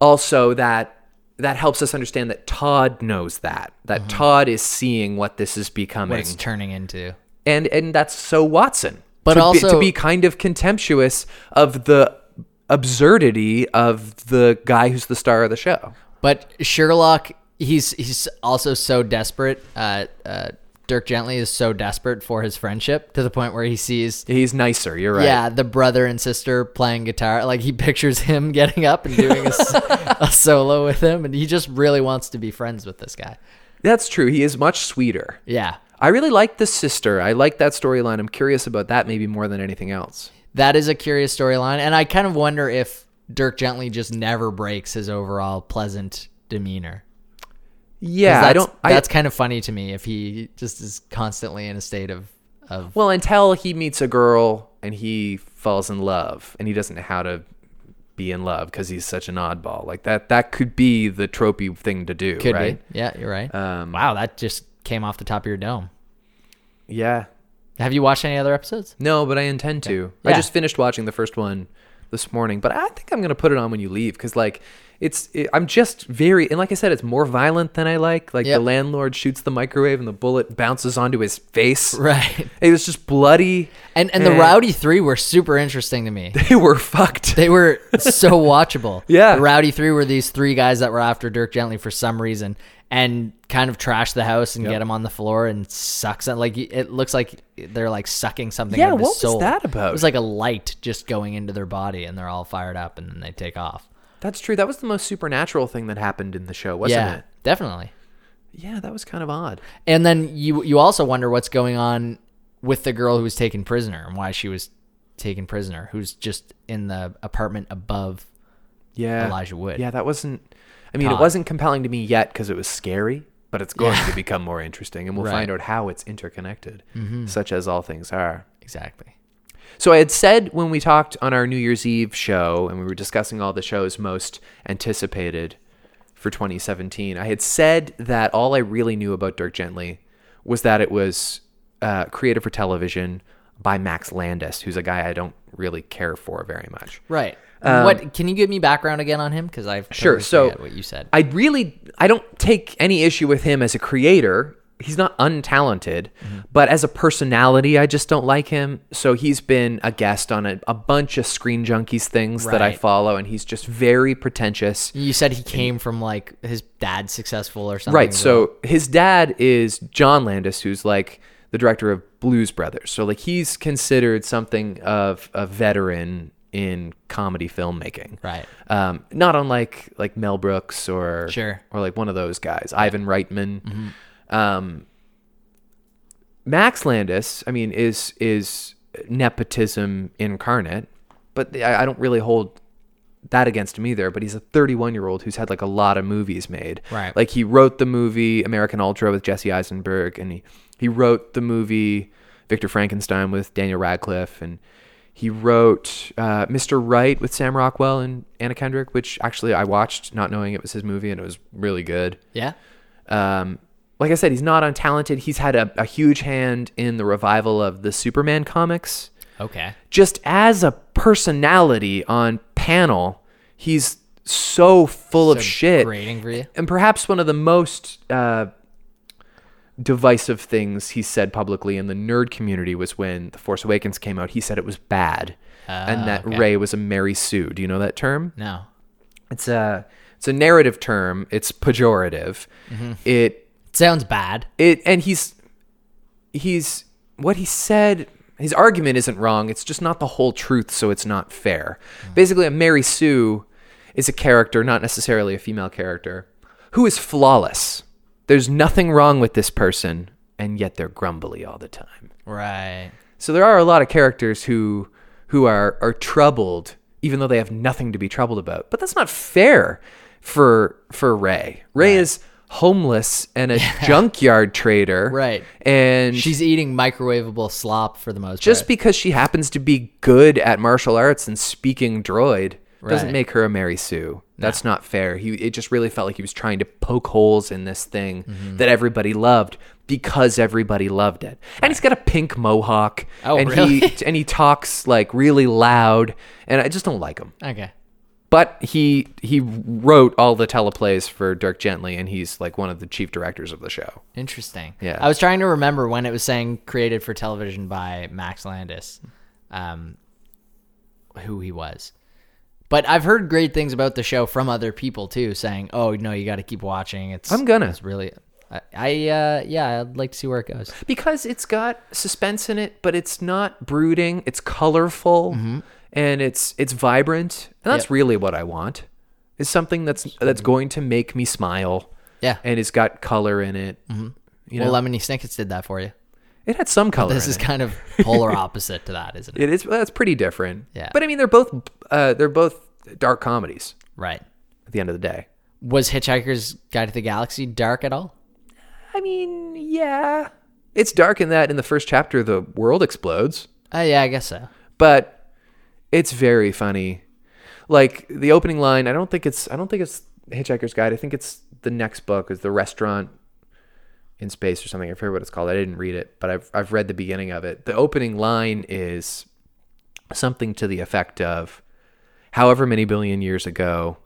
D: also that that helps us understand that Todd knows that. That Todd is seeing what this is becoming.
C: Mm-hmm. What it's turning into.
D: and and that's so Watson.
C: But
D: to be,
C: also-
D: to be kind of contemptuous of the absurdity of the guy who's the star of the show.
C: But Sherlock, he's he's also so desperate. Uh, uh, Dirk Gently is so desperate for his friendship to the point where he sees.
D: He's nicer. You're right.
C: Yeah, the brother and sister playing guitar. Like he pictures him getting up and doing a, s- a solo with him, and he just really wants to be friends with this guy.
D: That's true. He is much sweeter.
C: Yeah,
D: I really like the sister. I like that storyline. I'm curious about that maybe more than anything else.
C: that is a curious storyline, and I kind of wonder if Dirk Gently just never breaks his overall pleasant demeanor.
D: Yeah, I
C: that's,
D: don't. I,
C: that's kind of funny to me if he just is constantly in a state of of
D: well until he meets a girl and he falls in love and he doesn't know how to be in love because he's such an oddball. Like that. That could be the tropey thing to do.
C: could
D: right?
C: be. Yeah, you're right.
D: Um,
C: wow, that just came off the top of your dome.
D: Yeah.
C: Have you watched any other episodes?
D: No, but I intend to. I
C: Yeah.
D: just finished watching the first one this morning, but I think I'm gonna put it on when you leave because like it's it, I'm just very and like I said, it's more violent than I like. Like
C: Yep.
D: the landlord shoots the microwave and the bullet bounces onto his face.
C: Right.
D: It was just bloody
C: And
D: Eh.
C: and the Rowdy Three were super interesting to me.
D: They were fucked.
C: They were so watchable.
D: Yeah.
C: The Rowdy Three were these three guys that were after Dirk Gently for some reason and kind of trash the house and get him on the floor and sucks it. Like it looks like they're like sucking something
D: Yeah,
C: out of his
D: what was
C: soul.
D: that about?
C: It was like a light just going into their body and they're all fired up and then they take off.
D: That's true. That was the most supernatural thing that happened in the show, wasn't
C: yeah,
D: it?
C: definitely.
D: Yeah, that was kind of odd.
C: And then you you also wonder what's going on with the girl who was taken prisoner and why she was taken prisoner, who's just in the apartment above.
D: Yeah.
C: Elijah Wood.
D: Yeah, that wasn't I mean,
C: Todd.
D: it wasn't compelling to me yet because it was scary, but it's going to become more interesting and we'll
C: Right. Mm-hmm.
D: find out how it's interconnected, such as all things are.
C: Exactly.
D: So I had said when we talked on our New Year's Eve show and we were discussing all the shows most anticipated for 2017, I had said that all I really knew about Dirk Gently was that it was uh, created for television by Max Landis, who's a guy I don't really care for very much.
C: Right. what can you give me background again on him? Because I've
D: Um, Sure.
C: totally
D: So
C: forget what you said.
D: I really I don't take any issue with him as a creator. He's not untalented, but as a personality, I just don't like him. So he's been a guest on a, a bunch of Screen Junkies things that I
C: Right.
D: follow, and he's just very pretentious.
C: you said he came from like his dad's successful or something.
D: Right. So his dad is John Landis, who's like the director of Blues Brothers. So like he's considered something of a veteran in comedy filmmaking.
C: Right.
D: Um, not unlike like Mel Brooks or
C: Sure.
D: or like one of those guys, Ivan Reitman. Um, Max Landis, I mean, is is nepotism incarnate, but I, I don't really hold that against him either. But he's a 31 year old who's had like a lot of movies made.
C: Right.
D: Like he wrote the movie American Ultra with Jesse Eisenberg, and he he wrote the movie Victor Frankenstein with Daniel Radcliffe, and he wrote uh, Mr. Right with Sam Rockwell and Anna Kendrick, which actually I watched not knowing it was his movie, and it was really good
C: yeah.
D: um, like I said, he's not untalented. He's had a, a huge hand in the revival of the Superman comics.
C: Okay.
D: Just as a personality on panel, he's so full of
C: So
D: shit.
C: Grading for you.
D: And perhaps one of the most uh, divisive things he said publicly in the nerd community was when The Force Awakens came out. He said it was bad and that
C: Ah, okay.
D: Ray was a Mary Sue. Do you know that term?
C: No.
D: It's a it's a narrative term. It's pejorative.
C: Mm-hmm.
D: It
C: It sounds bad.
D: it and he's he's what he said his argument isn't wrong it's just not the whole truth so it's not fair basically a mary sue is a character not necessarily a female character who is flawless there's nothing wrong with this person and yet they're grumbly all the time
C: Right.
D: so there are a lot of characters who who are are troubled even though they have nothing to be troubled about. But that's not fair for for Ray. Ray is homeless and a junkyard trader.
C: Right.
D: And
C: She's eating microwavable slop for the most
D: just
C: part.
D: because she happens to be good at martial arts and speaking droid doesn't
C: Right.
D: make her a Mary Sue. That's not fair. He it just really felt like he was trying to poke holes in this thing that everybody loved because everybody loved it. And he's got a pink mohawk
C: Oh,
D: and
C: really?
D: he and he talks like really loud and I just don't like him.
C: okay.
D: But he he wrote all the teleplays for Dirk Gently and he's like one of the chief directors of the show.
C: Interesting.
D: Yeah.
C: I was trying to remember when it was saying created for television by Max Landis, um, who he was. But I've heard great things about the show from other people too, saying, "Oh no, you got to keep watching." It's
D: I'm gonna.
C: It's really. I, I uh, yeah, I'd like to see where it goes.
D: because it's got suspense in it, but it's not brooding. It's colorful and it's it's vibrant. And that's
C: Yep.
D: really what I want. Is something that's that's going to make me smile.
C: Yeah.
D: and it's got color in it. Mm-hmm. You know,
C: well, Lemony Snicket's did that for you.
D: it had some color.
C: This
D: in
C: is
D: it.
C: kind of polar opposite to that, isn't it?
D: it is that's pretty different.
C: Yeah.
D: but I mean they're both uh, they're both dark comedies
C: Right.
D: at the end of the day.
C: Was Hitchhiker's Guide to the Galaxy dark at all?
D: I mean, yeah, it's dark in that in the first chapter the world explodes.
C: Uh, yeah, I guess so.
D: but it's very funny. Like the opening line, I don't think it's I don't think it's Hitchhiker's Guide. I think it's the next book is the restaurant in space or something. I forget what it's called. I didn't read it, but I've I've read the beginning of it. The opening line is something to the effect of however many billion years ago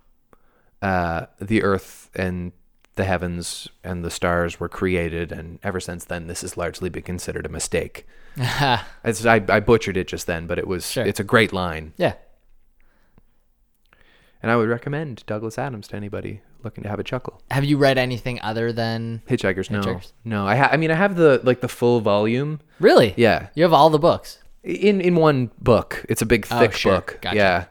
D: uh, the earth and the heavens and the stars were created and ever since then this has largely been considered a mistake it's, I, I butchered it just then, but it was
C: Sure.
D: it's a great line,
C: Yeah.
D: and I would recommend Douglas Adams to anybody looking to have a chuckle.
C: Have you read anything other than
D: Hitchhikers, no,
C: Hitchhikers.
D: no. I ha- I mean, I have the like the full volume.
C: really?
D: Yeah,
C: You have all the books.
D: in in one book. It's a big thick
C: Oh, sure.
D: book.
C: Gotcha.
D: Yeah,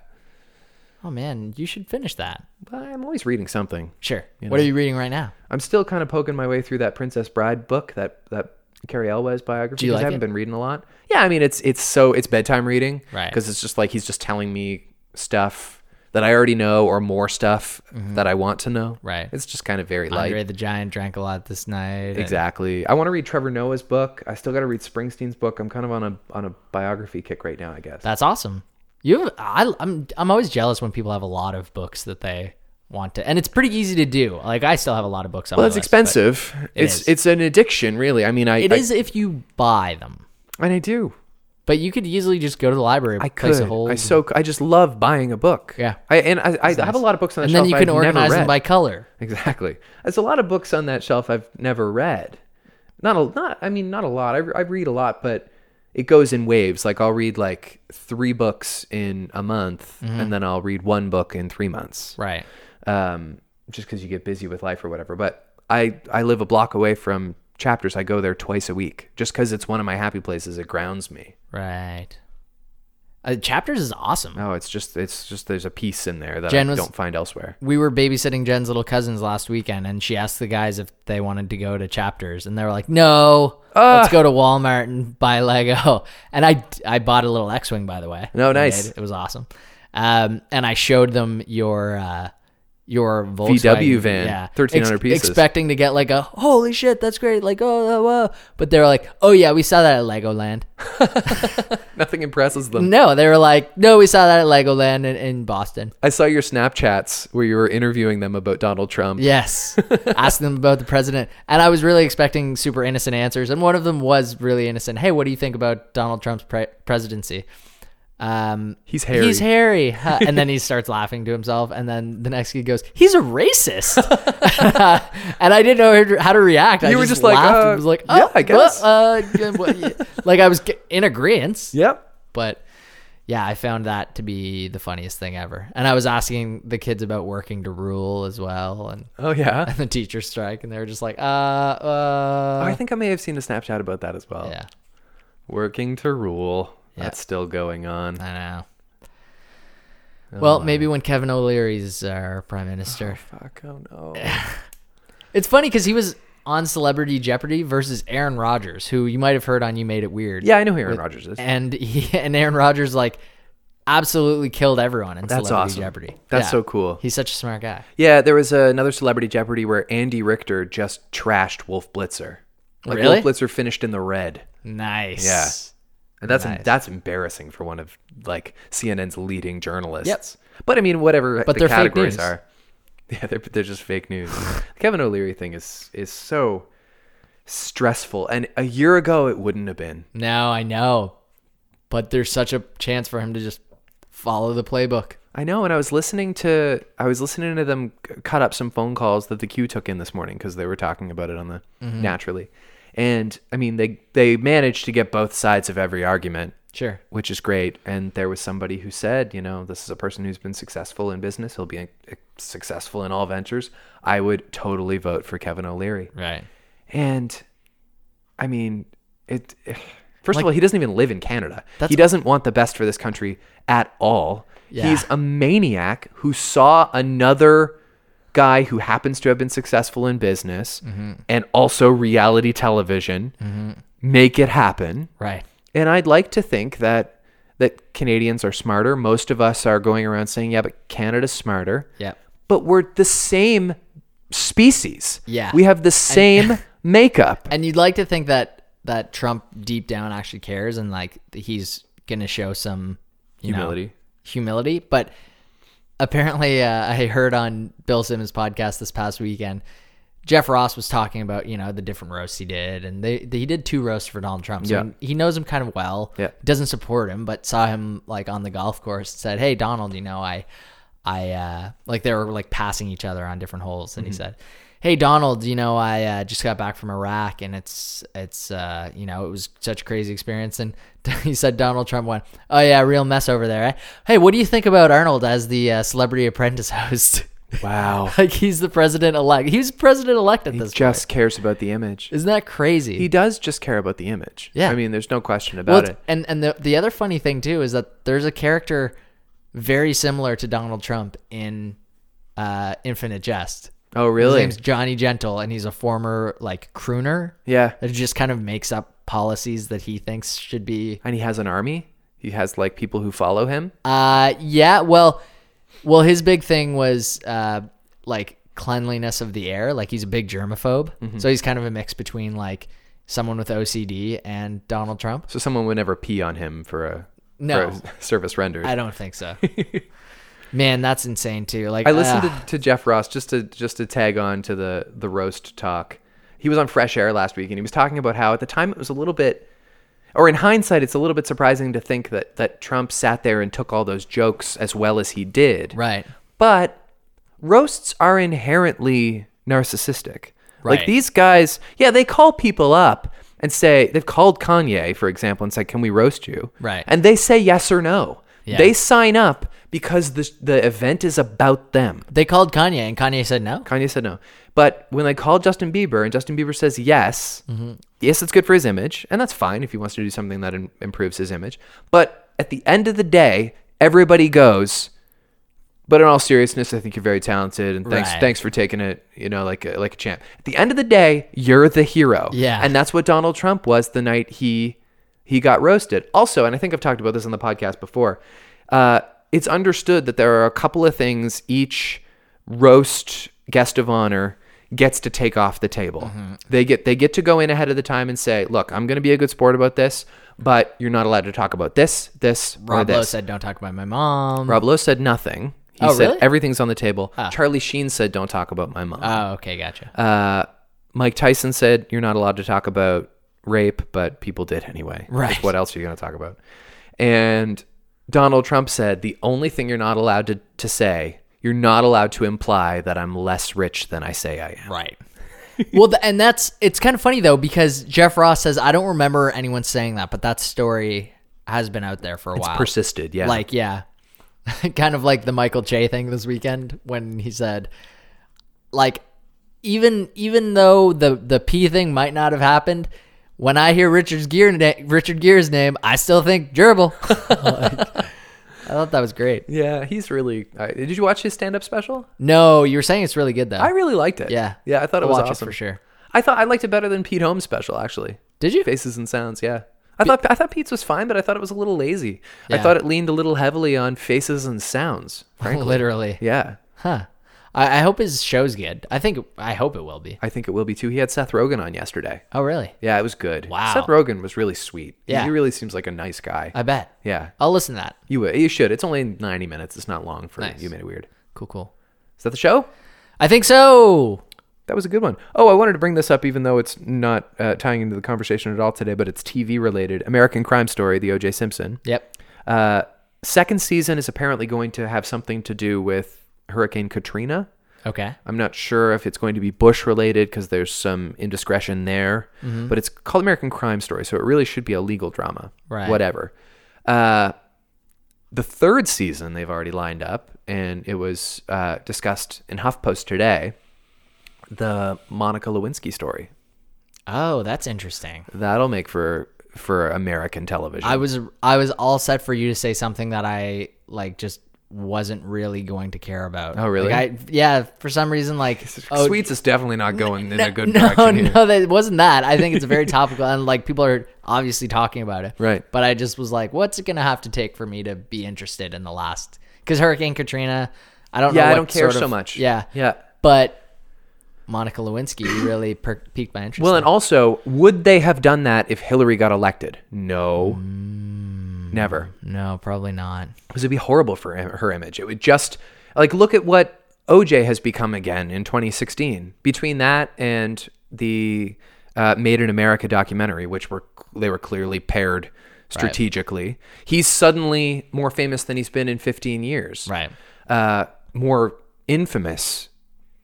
C: Oh man, you should finish that.
D: but I'm always reading something.
C: Sure. what are you reading right now?
D: I'm still kind of poking my way through that Princess Bride book that that Carrie Elwes biography.
C: Do you like
D: 'cause I haven't
C: it?
D: been reading a lot. Yeah, I mean, it's it's so it's bedtime reading,
C: Right.
D: Because it's just like he's just telling me stuff that I already know or more stuff that I want to know.
C: Mm-hmm. Right.
D: It's just kind of very light.
C: Andre the Giant drank a lot this night. and-
D: Exactly. I want to read Trevor Noah's book. I still got to read Springsteen's book. I'm kind of on a on a biography kick right now, I guess.
C: That's awesome. You, have, I, I'm, I'm always jealous when people have a lot of books that they want to, and it's pretty easy to do. Like I still have a lot of books. On
D: well,
C: my
D: it's
C: list, but
D: expensive. it's
C: is.
D: it's an addiction, really. I mean, I
C: It
D: I,
C: is if you buy them,
D: and I do.
C: but you could easily just go to the library,
D: I
C: place
D: could.
C: a whole,
D: I so I just love buying a book.
C: Yeah.
D: I and I, I have a lot of books on the
C: and
D: shelf.
C: then you
D: I've
C: can organize
D: never read.
C: them by color.
D: Exactly. There's a lot of books on that shelf I've never read. Not a not. I mean, not a lot. I, I read a lot, but it goes in waves. Like I'll read like three books in a month,
C: Mm-hmm.
D: and then I'll read one book in three months.
C: Right.
D: um, just because you get busy with life or whatever. But I, I live a block away from chapters. I go there twice a week just because it's one of my happy places. It grounds me.
C: Right. Uh, chapters is awesome.
D: Oh, it's just it's just there's a piece in there that
C: Jen
D: I
C: was-
D: don't find elsewhere.
C: we were babysitting Jen's little cousins last weekend, and she asked the guys if they wanted to go to Chapters, and they were like, "No,
D: Ah.
C: let's go to Walmart and buy Lego." And I I bought a little X-wing, by the way.
D: No,
C: I
D: nice.
C: did. It was awesome. Um, and I showed them your uh, your Volkswagen,
D: VW van,
C: yeah,
D: 1,300 pieces.
C: expecting to get like a holy shit, that's great, like oh, oh, oh. but they were like, "Oh yeah, we saw that at Legoland."
D: Nothing impresses them.
C: no, they were like, "No, we saw that at Legoland in, in Boston."
D: I saw your Snapchats where you were interviewing them about Donald Trump.
C: Yes. Ask them about the president. And I was really expecting super innocent answers. And one of them was really innocent. Hey, what do you think about Donald Trump's pre- presidency? Um,
D: He's hairy.
C: He's hairy. Huh. and then he starts laughing to himself. And then the next he goes, he's a racist. and I didn't know how to react. I
D: You were
C: just
D: just like,
C: laughed and
D: uh,
C: was like,
D: yeah,
C: oh,
D: I guess."
C: well, uh, yeah, well, yeah. like I was g- in agreement
D: Yep.
C: but yeah, I found that to be the funniest thing ever. And I was asking the kids about working to rule as well, and
D: Oh yeah.
C: the teacher strike, and they were just like, uh, uh,
D: Oh, I think I may have seen a Snapchat about that as well.
C: yeah,
D: Working to rule.
C: Yeah.
D: That's still going on.
C: I know. Well, maybe when Kevin O'Leary's our prime minister.
D: Fuck. Oh, Oh no.
C: It's funny because he was on Celebrity Jeopardy versus Aaron Rodgers, who you might have heard on You Made It Weird.
D: yeah, I know who Aaron Rodgers is.
C: and he and Aaron Rodgers like absolutely killed everyone in
D: That's
C: Celebrity
D: awesome.
C: Jeopardy.
D: That's so cool.
C: He's such a smart guy.
D: Yeah, there was uh, another Celebrity Jeopardy where Andy Richter just trashed Wolf Blitzer. Like
C: Really?
D: Wolf Blitzer finished in the red,
C: Nice.
D: Yeah. and that's that's embarrassing for one of like CNN's leading journalists. Yep. But I mean, whatever
C: But
D: the
C: they're fake
D: categories
C: news.
D: are, yeah, they're they're just fake news. the Kevin O'Leary thing is is so stressful, and a year ago it wouldn't have been.
C: No, I know. But there's such a chance for him to just follow the playbook.
D: I know, and I was listening to I was listening to them c- cut up some phone calls that the Q took in this morning because they were talking about it on the naturally, and I mean they they managed to get both sides of every argument.
C: Sure.
D: which is great. And there was somebody who said, you know, this is a person who's been successful in business. He'll be uh, successful in all ventures. I would totally vote for Kevin O'Leary.
C: Right.
D: And I mean, it. eh, First of all, he doesn't even live in Canada.
C: That's-
D: He doesn't want the best for this country at all.
C: Yeah.
D: He's a maniac who saw another guy who happens to have been successful in business
C: Mm-hmm.
D: and also reality television make it happen.
C: Right.
D: And I'd like to think that that Canadians are smarter. Most of us are going around saying, "Yeah, but Canada's smarter."
C: Yep.
D: But we're the same species.
C: Yeah.
D: We have the same makeup.
C: And you'd like to think that that Trump deep down actually cares and like he's gonna show some you know,
D: Humility.
C: humility. But apparently, uh, I heard on Bill Simmons' podcast this past weekend, Jeff Ross was talking about you know the different roasts he did, and they, they he did two roasts for Donald Trump. So
D: Yeah.
C: he knows him kind of well.
D: Yeah.
C: doesn't support him, but saw him like on the golf course and said, "Hey, Donald, you know I." I uh, like they were like passing each other on different holes,
D: Mm-hmm.
C: and he said, "Hey Donald, you know I uh, just got back from Iraq, and it's it's uh, you know it was such a crazy experience." And he said Donald Trump went, "Oh yeah, real mess over there." Eh? Hey, what do you think about Arnold as the uh, Celebrity Apprentice host?
D: Wow.
C: like he's the president elect. He was president elect at
D: Oh. he
C: this
D: just
C: point.
D: cares about the image.
C: Isn't that crazy?
D: He does just care about the image.
C: Yeah.
D: I mean, there's no question
C: Well,
D: about
C: it's-
D: it.
C: And and the the other funny thing too is that there's a character very similar to Donald Trump in uh, Infinite Jest.
D: Oh,
C: His
D: really?
C: name's Johnny Gentle, and he's a former like crooner
D: yeah.
C: that just kind of makes up policies that he thinks should be.
D: And he has an army. He has like people who follow him.
C: Uh, yeah. Well, well, his big thing was uh, like cleanliness of the air. Like he's a big germaphobe,
D: Mm-hmm.
C: so he's kind of a mix between like someone with OCD and Donald Trump.
D: So someone would never pee on him for a,
C: No.
D: for a service rendered.
C: I don't think so. Man, that's insane too. Like
D: I listened
C: ah,
D: to, to Jeff Ross just to just to tag on to the the roast talk. He was on Fresh Air last week, and he was talking about how at the time it was a little bit, or in hindsight, it's a little bit surprising to think that that Trump sat there and took all those jokes as well as he did.
C: right.
D: But roasts are inherently narcissistic.
C: Right.
D: Like these guys, yeah, they call people up and say they've called Kanye, for example, and said, "Can we roast you?"
C: Right.
D: And they say yes or no.
C: Yeah.
D: They sign up because the the event is about them.
C: They called Kanye, and Kanye said no.
D: Kanye said no. But when they call Justin Bieber and Justin Bieber says yes, yes, it's good for his image, and that's fine if he wants to do something that im- improves his image. But at the end of the day, everybody goes. But in all seriousness, I think you're very talented, and thanks,
C: Right.
D: thanks for taking it, you know, like a, like a champ. At the end of the day, you're the hero,
C: Yeah.
D: and that's what Donald Trump was the night he he got roasted. Also, and I think I've talked about this on the podcast before. Uh, it's understood that there are a couple of things each roast guest of honor gets to take off the table.
C: Mm-hmm.
D: They get they get to go in ahead of the time and say, "Look, I'm going to be a good sport about this, but you're not allowed to talk about this, this, or
C: Rob Lowe
D: this."
C: said, "Don't talk about my mom."
D: Rob Lowe said nothing. He
C: Oh,
D: said
C: really? Ah.
D: everything's on the table. Charlie Sheen said, "Don't talk about my mom."
C: oh, okay, gotcha.
D: Uh, Mike Tyson said, "You're not allowed to talk about rape, but people did anyway.
C: Right.
D: Like, what else are you going to talk about?" And Donald Trump said, "The only thing you're not allowed to, to say, you're not allowed to imply that I'm less rich than I say I am."
C: Right. well, th- and that's it's kind of funny though because Jeff Ross says I don't remember anyone saying that, but that story has been out there for a while.
D: Persisted, yeah.
C: Like, yeah, kind of like the Michael Che thing this weekend when he said, like, even even though the the P thing might not have happened. When I hear Richard's gear na- Richard Gere's name, I still think gerbil. Like, I thought that was great.
D: yeah, he's really. Uh, did you watch his stand-up special?
C: No, you were saying it's really good though.
D: I really liked it.
C: yeah,
D: yeah, I thought it
C: I'll
D: was
C: watch
D: awesome
C: for sure.
D: I thought I liked it better than Pete Holmes' special, actually.
C: Did you?
D: Faces and Sounds, yeah. I thought I thought Pete's was fine, but I thought it was a little lazy. I
C: Yeah.
D: thought it leaned a little heavily on faces and sounds. Frankly,
C: Literally.
D: yeah.
C: Huh. I, I hope his show's good. I think I hope it will be.
D: I think it will be too. He had Seth Rogen on yesterday.
C: Oh really?
D: Yeah, it was good.
C: Wow.
D: Seth Rogen was really sweet. He-
C: Yeah.
D: he really seems like a nice guy.
C: I bet.
D: yeah,
C: I'll listen to that.
D: you would. You should. It's only ninety minutes. It's not long for
C: Nice.
D: you. Made it weird.
C: Cool, cool.
D: Is that the show?
C: I think so.
D: That was a good one. Oh, I wanted to bring this up, even though it's not uh, tying into the conversation at all today, but it's TV related. American Crime Story, the O.J. Simpson.
C: Yep.
D: Uh, second season is apparently going to have something to do with Hurricane Katrina.
C: Okay.
D: I'm not sure if it's going to be Bush related because there's some
C: Mm-hmm.
D: indiscretion there, but it's called American Crime Story, so it really should be a legal drama.
C: Right.
D: Whatever. Uh, the third season they've already lined up, and it was uh, discussed in HuffPost today. The Monica Lewinsky story
C: Oh, that's interesting.
D: that'll make for for American television.
C: I was I was all set for you to say something that I like just wasn't really going to care about.
D: Oh, really?
C: Like, I, yeah, for some reason, like oh,
D: Sweets is definitely not going in a good
C: no,
D: direction. here.
C: no, that it wasn't that. I think it's very topical, and like people are obviously talking about it,
D: Right.
C: But I just was like, what's it gonna have to take for me to be interested in the last? Because Hurricane Katrina, I don't
D: Yeah,
C: know.
D: I
C: what
D: don't care
C: sort
D: so
C: of-
D: much.
C: Yeah,
D: Yeah.
C: But Monica Lewinsky really per- piqued my interest.
D: Well, and also, would they have done that if Hillary got elected? No.
C: Mm.
D: Never.
C: no, probably not.
D: Because it'd be horrible for im- her image. It would just, like, look at what OJ has become again in 2016. Between that and the uh, Made in America documentary, which were they were clearly paired strategically, he's suddenly more famous than he's been in 15 years.
C: Right.
D: Uh, more infamous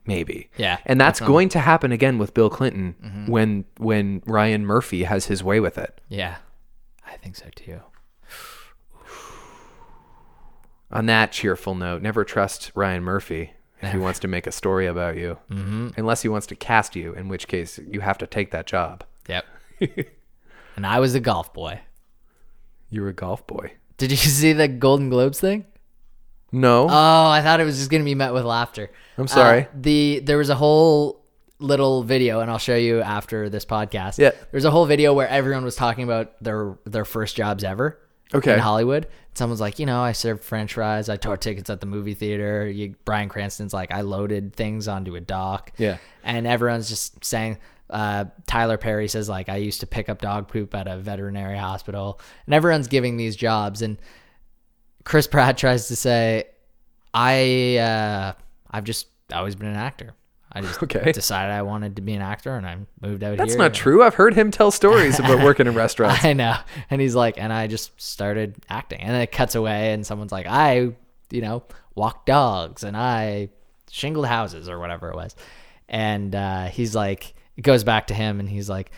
D: maybe.
C: Yeah,
D: And that's going to happen again with Bill Clinton when when Ryan Murphy has his way with it.
C: Yeah, I think so too.
D: On that cheerful note, never trust Ryan Murphy if he wants to make a story about you. Mm-hmm. Unless he wants to cast you, in which case you have to take that job.
C: Yep. and I was the golf boy.
D: You're a golf boy.
C: Did you see the Golden Globes thing?
D: No.
C: Oh, I thought it was just gonna be met with laughter.
D: I'm sorry.
C: Uh, the there was a whole little video, and I'll show you after this podcast.
D: Yeah.
C: There's a whole video where everyone was talking about their their first jobs ever.
D: Okay.
C: In Hollywood, someone's like, you know, I served French fries, I tore tickets at the movie theater. You, Brian Cranston's like, I loaded things onto a dock.
D: Yeah.
C: And everyone's just saying. Uh, Tyler Perry says like I used to pick up dog poop at a veterinary hospital, and everyone's giving these jobs. And Chris Pratt tries to say, I uh, I've just always been an actor. I just
D: Okay.
C: decided I wanted to be an actor, and I moved out here.
D: that's not true. I've heard him tell stories about working in restaurants.
C: I know. And he's like, and I just started acting. And then it cuts away, and someone's like, I, you know, walked dogs and I shingled houses or whatever it was. And uh, he's like, it goes back to him, and he's like,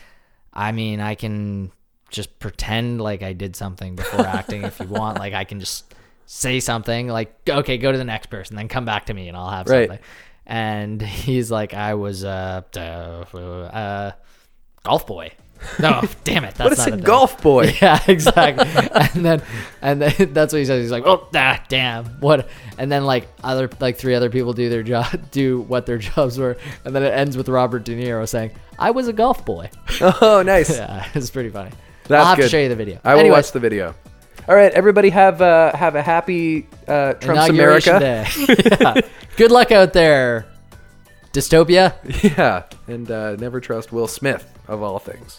C: I mean, I can just pretend like I did something before acting if you want. Like, I can just say something like, okay, go to the next person, then come back to me, and I'll have
D: Right.
C: something. And he's like, I was uh, uh, uh, golf boy. No, damn it. That's
D: What is
C: not
D: a
C: thing.
D: golf boy?
C: Yeah, exactly. and then, and then that's what he says. He's like, "Oh, ah, damn, what?" And then like other, like three other people do their job, do what their jobs were, and then it ends with Robert De Niro saying, "I was a golf boy."
D: Oh, nice.
C: Yeah, it's pretty funny.
D: That's
C: I'll have to
D: good.
C: show you the video.
D: I will
C: Anyways,
D: watch the video. All right, everybody have uh, have a happy uh, Trump's
C: Inauguration
D: America.
C: Day. Yeah. Good luck out there, dystopia.
D: Yeah, and uh, never trust Will Smith of all things.